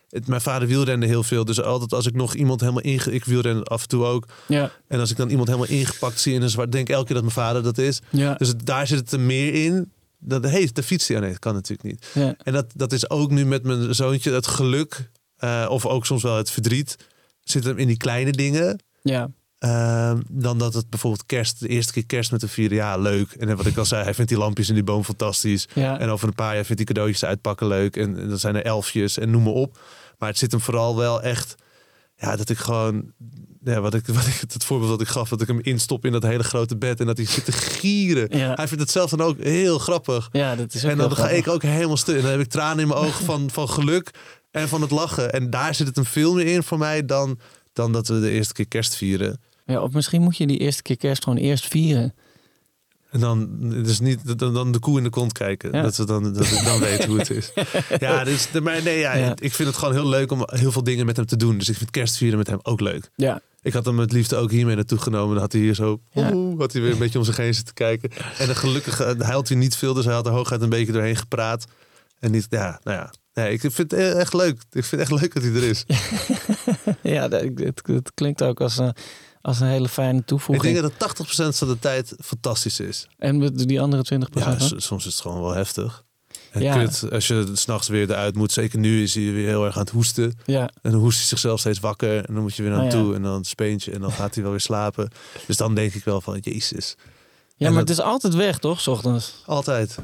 C: Het, mijn vader wielrende heel veel. Dus altijd als ik nog iemand helemaal inge... Ik wielrende af en toe ook.
A: Ja.
C: En als ik dan iemand helemaal ingepakt zie in een zwart... Denk ik elke keer dat mijn vader dat is.
A: Ja.
C: Dus het- daar zit het er meer in. Dat, hey, de fiets die... Oh nee, dat kan natuurlijk niet.
A: ja.
C: En dat, dat is ook nu met mijn zoontje. Het geluk, eh, of ook soms wel het verdriet... Zit hem in die kleine dingen.
A: ja.
C: Ehm, dan dat het bijvoorbeeld kerst, de eerste keer kerst met de vieren, ja, leuk. En wat ik al zei, hij vindt die lampjes in die boom fantastisch.
A: Ja.
C: En over een paar jaar vindt hij cadeautjes uitpakken leuk. En, en dan zijn er elfjes en noem maar op. Maar het zit hem vooral wel echt, ja, dat ik gewoon, ja, wat ik, wat ik, het voorbeeld dat ik gaf, dat ik hem instop in dat hele grote bed en dat hij zit te gieren.
A: Ja.
C: Hij vindt het zelf dan ook heel grappig.
A: Ja, dat is ook
C: En dan
A: heel
C: ga ik
A: grappig.
C: ook helemaal stuk. En dan heb ik tranen in mijn ogen van, van geluk en van het lachen. En daar zit het een veel meer in voor mij dan, dan dat we de eerste keer kerst vieren.
A: Ja, of misschien moet je die eerste keer kerst gewoon eerst vieren.
C: En dan, dus niet, dan, dan de koe in de kont kijken.
A: Ja.
C: Dat, we dan, dat ik dan weet hoe het is. Ja, dus, maar nee, ja,
A: Ja.
C: ik vind het gewoon heel leuk om heel veel dingen met hem te doen. Dus ik vind kerstvieren met hem ook leuk.
A: Ja.
C: Ik had hem het liefst ook hiermee naartoe genomen. Dan had hij hier zo,
A: Ja.
C: oeh, had hij weer een beetje om zich heen zitten kijken. En dan gelukkig eh, huilt hij niet veel. Dus hij had er hooguit een beetje doorheen gepraat. En niet, ja, nou ja. Nee, ik vind het eh, echt leuk. Ik vind het echt leuk dat hij er is.
A: Ja, dat, het, het klinkt ook als een, als een hele fijne
C: Ik
A: toevoeging.
C: denk dat 80% van de tijd fantastisch is.
A: En met die andere 20
C: Ja,
A: procent?
C: s- soms is het gewoon wel heftig. En
A: Ja.
C: kut, als je s'nachts weer eruit moet. Zeker nu is hij weer heel erg aan het hoesten.
A: ja,
C: En dan hoest hij zichzelf steeds wakker. En dan moet je weer naar hem
A: Oh ja.
C: toe. En dan een speentje. En dan gaat hij wel weer slapen. Dus dan denk ik wel van, jezus.
A: ja maar
C: En dat-
A: het is altijd weg, toch? 's ochtends.
C: Altijd.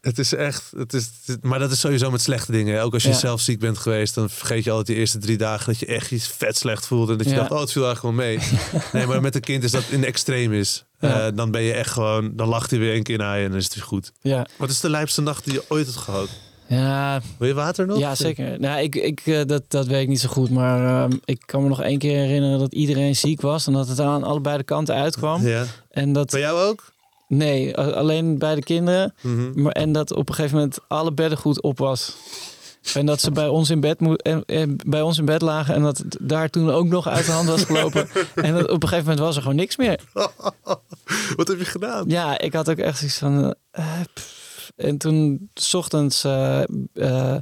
C: Het is echt, het is, het- maar dat is sowieso met slechte dingen. Ook als je
A: Ja.
C: zelf ziek bent geweest, dan vergeet je altijd die eerste drie dagen dat je echt iets vet slecht voelde. En dat je
A: Ja.
C: dacht, oh, het viel eigenlijk wel mee. nee, maar met een kind is dat in de extreem is.
A: Ja.
C: Eh, dan ben je echt gewoon, dan lacht hij weer een keer naar je en dan is het weer goed.
A: Ja,
C: Wat is de lijpste nacht die je ooit hebt gehad?
A: ja,
C: Wil je water nog?
A: ja zeker. Nou, ik, ik, eh, dat, dat weet ik niet zo goed. Maar ehm, ik kan me nog één keer herinneren dat iedereen ziek was. En dat het aan allebei de kanten uitkwam.
C: Ja.
A: En dat,
C: Bij jou ook?
A: nee, a- alleen bij de kinderen.
C: Mhm.
A: Maar, en dat op een gegeven moment alle beddengoed op was. En dat ze bij ons in bed, moe- en, en bij ons in bed lagen. En dat het daar toen ook nog uit de hand was gelopen. en dat op een gegeven moment was er gewoon niks meer.
C: Wat heb je gedaan?
A: Ja, ik had ook echt iets van. eh, pff. en toen, s ochtends, eh, eh,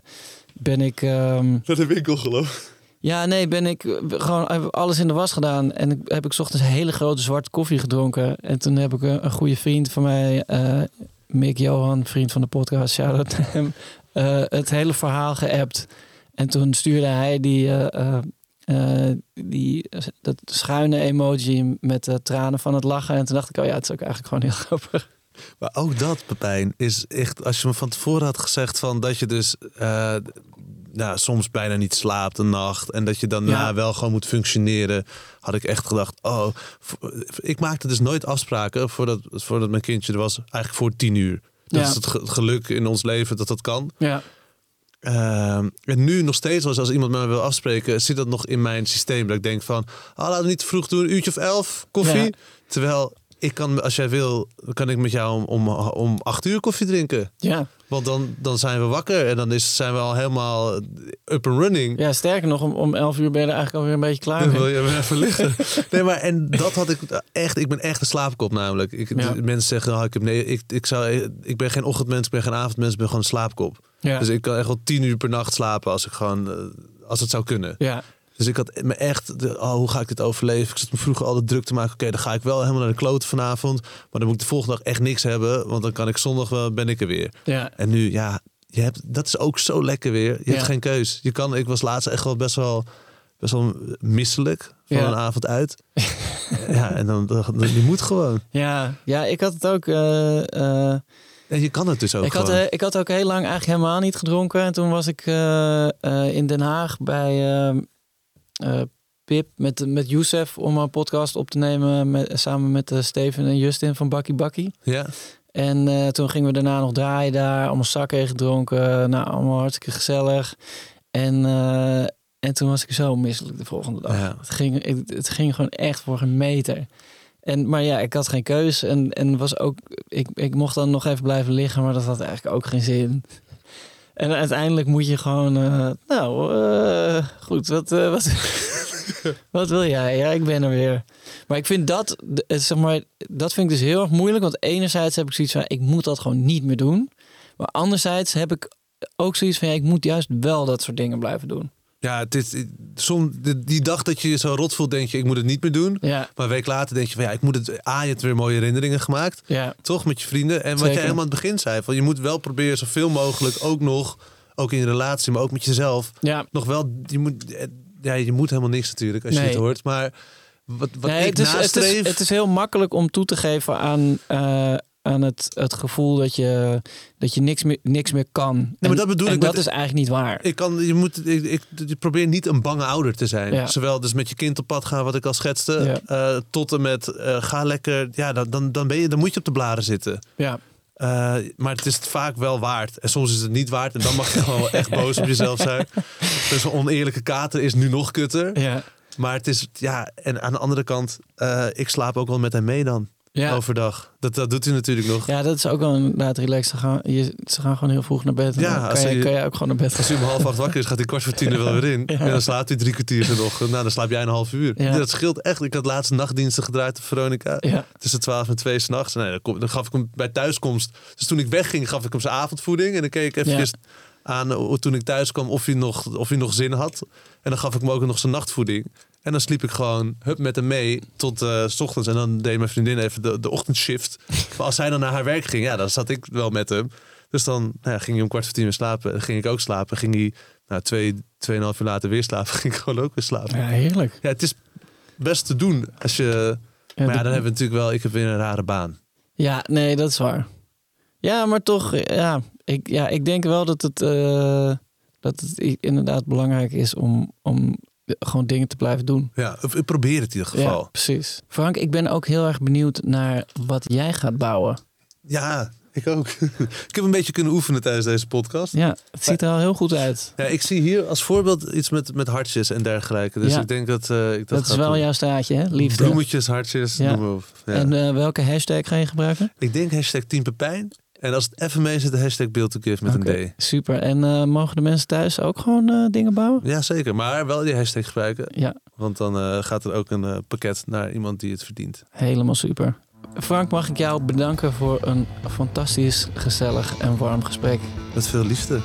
A: ben ik. ehm,
C: Naar de winkel geloof
A: ja, nee, ben ik eh, gewoon heb alles in de was gedaan. En ik, heb ik 's ochtends hele grote zwarte koffie gedronken. En toen heb ik eh, een, een goede vriend van mij, eh, Mick Johan, vriend van de podcast, shout out naar hem, eh, het hele verhaal geappt. En toen stuurde hij die, eh, eh, eh, die, dat schuine emoji met de tranen van het lachen. En toen dacht ik, oh ja, het is ook eigenlijk gewoon heel grappig.
C: Maar ook dat, Pepijn, is echt... Als je me van tevoren had gezegd van dat je dus... eh, nou, soms bijna niet slaapt een nacht... en dat je daarna
A: Ja.
C: wel gewoon moet functioneren... had ik echt gedacht, oh... vo- Ik maakte dus nooit afspraken voordat, voordat mijn kindje er was... eigenlijk voor tien uur. Dat
A: Ja.
C: is het ge- het geluk in ons leven dat dat kan.
A: Ja,
C: Ehm, en nu nog steeds, als, als iemand met me wil afspreken, zit dat nog in mijn systeem. Dat ik denk van, ah, laten we niet te vroeg doen, een uurtje of elf koffie.
A: Ja.
C: Terwijl, ik kan, als jij wil, kan ik met jou om, om, om acht uur koffie drinken.
A: Ja.
C: Want dan, dan zijn we wakker en dan is, zijn we al helemaal up and running.
A: ja, sterker nog, om, om 11 uur ben je er eigenlijk alweer een beetje klaar
C: Dan wil
A: mee.
C: je me even liggen. Nee, maar en dat had ik echt. Ik ben echt een slaapkop namelijk. Ik,
A: Ja.
C: de Mensen zeggen, ah, ik, heb, nee, ik, ik, zou, ik ben geen ochtendmens, ik ben geen avondmens, ik ben gewoon een slaapkop.
A: Ja.
C: Dus ik kan echt wel tien uur per nacht slapen als ik gewoon, eh, als het zou kunnen.
A: ja.
C: Dus ik had me echt, de- oh, hoe ga ik dit overleven? Ik zat me vroeger altijd druk te maken. Oké, dan ga ik wel helemaal naar de kloten vanavond. Maar dan moet ik de volgende dag echt niks hebben. Want dan kan ik zondag wel, ben ik er weer.
A: ja.
C: En nu, ja, je hebt, dat is ook zo lekker weer. Je hebt
A: Ja.
C: geen keus. Je kan, ik was laatst echt wel best wel, best wel misselijk van
A: Ja.
C: een avond uit. ja, en dan, dan, je moet gewoon.
A: Ja, ja, ik had het ook. eh, eh,
C: En je kan het dus ook
A: ik, had,
C: gewoon.
A: eh, ik had ook heel lang eigenlijk helemaal niet gedronken. En toen was ik eh, eh, in Den Haag bij eh, eh, Pip met, met Youssef om een podcast op te nemen. Met, samen met eh, Steven en Justin van Bakkie Bakkie.
C: ja,
A: En eh, toen gingen we daarna nog draaien daar. Allemaal zakken gedronken. Nou, allemaal hartstikke gezellig. En, eh, en toen was ik zo misselijk de volgende dag.
C: Ja.
A: Het, ging, het, het ging gewoon echt voor een meter. En, maar ja, ik had geen keus. En, en was ook, ik, ik mocht dan nog even blijven liggen, maar dat had eigenlijk ook geen zin. En uiteindelijk moet je gewoon, eh, nou, eh, goed, wat, eh, wat, wat wil jij? Ja, ik ben er weer. Maar ik vind dat, eh, zeg maar, dat vind ik dus heel erg moeilijk. Want enerzijds heb ik zoiets van, ik moet dat gewoon niet meer doen. Maar anderzijds heb ik ook zoiets van, ja, ik moet juist wel dat soort dingen blijven doen.
C: ja het is, eh, som, die, die dag dat je je zo rot voelt, denk je, ik moet het niet meer doen.
A: Ja,
C: Maar een week later denk je van ja, ik moet het. A, je hebt weer mooie herinneringen gemaakt.
A: ja,
C: Toch met je vrienden. En wat
A: Zeker.
C: jij helemaal aan het begin zei. Van je moet wel proberen zoveel mogelijk ook nog. Ook in je relatie, maar ook met jezelf.
A: ja.
C: Nog wel. Je moet, eh, ja, je moet helemaal niks natuurlijk als je
A: Nee.
C: het hoort. Maar wat, wat
A: Nee,
C: ik
A: het, is, het,
C: nastreef.
A: is, het is heel makkelijk om toe te geven aan, eh, aan het, het gevoel dat je, dat je niks, meer, niks meer kan. Nee,
C: maar dat bedoel ik
A: dat
C: met-
A: is eigenlijk niet waar.
C: ik kan, je moet, ik, ik, ik probeer niet een bange ouder te zijn.
A: Ja.
C: Zowel dus met je kind op pad gaan, wat ik al schetste, eh, tot en met eh, ga lekker. Ja, dan, dan, dan, ben je, dan moet je op de blaren zitten.
A: ja.
C: Eh, maar het is het vaak wel waard. En soms is het niet waard. En dan mag je gewoon wel echt boos op jezelf zijn. Dus een oneerlijke kater is nu nog kutter.
A: Ja.
C: Maar het is, ja. En aan de andere kant, eh, ik slaap ook wel met hem mee dan.
A: Ja.
C: Overdag. Dat, dat doet hij natuurlijk nog.
A: ja, dat is ook wel inderdaad relaxed. Ze gaan, je, ze gaan gewoon heel vroeg naar bed. En
C: Ja,
A: dan
C: als
A: kan, je,
C: je-
A: kan jij ook gewoon naar bed gaan.
C: Als hij om half acht wakker is, gaat hij kwart voor tien er wel weer in. En dan slaapt hij drie kwartier in de ochtend. Nou, dan slaap jij een half uur.
A: Ja.
C: Dat scheelt echt. Ik had laatst nachtdiensten gedraaid op Veronica.
A: Ja.
C: Tussen twaalf en twee s'nachts. Nee, dan, kom- dan gaf ik hem bij thuiskomst. Dus toen ik wegging, gaf ik hem zijn avondvoeding. En dan keek ik eventjes aan eh, toen ik thuis kwam of hij, nog, of hij nog zin had. En dan gaf ik hem ook nog zijn nachtvoeding. En dan sliep ik gewoon hup met hem mee tot eh, s ochtends. En dan deed mijn vriendin even de, de ochtendshift. Maar als zij dan naar haar werk ging, ja, dan zat ik wel met hem. Dus dan nou ja, ging hij om kwart voor tien weer slapen. Dan ging ik ook slapen. Ging hij nou, twee, tweeënhalf uur later weer slapen. Ging ik gewoon ook weer slapen.
A: Ja, heerlijk.
C: Ja, het is best te doen als je... Maar ja,
A: dat-
C: dan hebben we natuurlijk wel... Ik heb weer een rare baan.
A: Ja, nee, dat is waar. Ja, maar toch, ja, ik, ja, ik denk wel dat het, eh, dat het i- inderdaad belangrijk is om, om gewoon dingen te blijven doen.
C: Ja, of- ik probeer het in ieder
A: Ja,
C: geval.
A: precies. Frank, ik ben ook heel erg benieuwd naar wat jij gaat bouwen.
C: Ja, ik ook. ik heb een beetje kunnen oefenen tijdens deze podcast.
A: Ja, het ziet er al heel goed uit.
C: Ja, ik zie hier als voorbeeld iets met, met hartjes en dergelijke. Dus
A: Ja.
C: ik denk dat... eh, ik dat
A: Dat,
C: ga
A: is wel
C: doen.
A: jouw straatje, hè? Liefde.
C: Bloemetjes, hartjes,
A: Ja.
C: noem maar op. Ja.
A: En eh, welke hashtag ga je gebruiken?
C: ik denk hashtag Team Pepijn. En als het even mee zit, de hashtag Build to Give met een D.
A: Super. En eh, mogen de mensen thuis ook gewoon eh, dingen bouwen?
C: Ja, zeker. Maar wel die hashtag gebruiken.
A: Ja,
C: Want dan eh, gaat er ook een eh, pakket naar iemand die het verdient.
A: Helemaal super. Frank, mag ik jou bedanken voor een fantastisch, gezellig en warm gesprek.
C: Met veel liefde.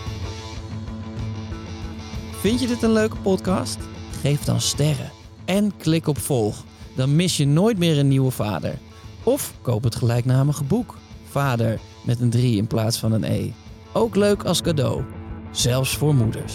A: Vind je dit een leuke podcast? Geef dan sterren en klik op volg. Dan mis je nooit meer een nieuwe vader. Of koop het gelijknamige boek. Vader met een 3 in plaats van een E. Ook leuk als cadeau. Zelfs voor moeders.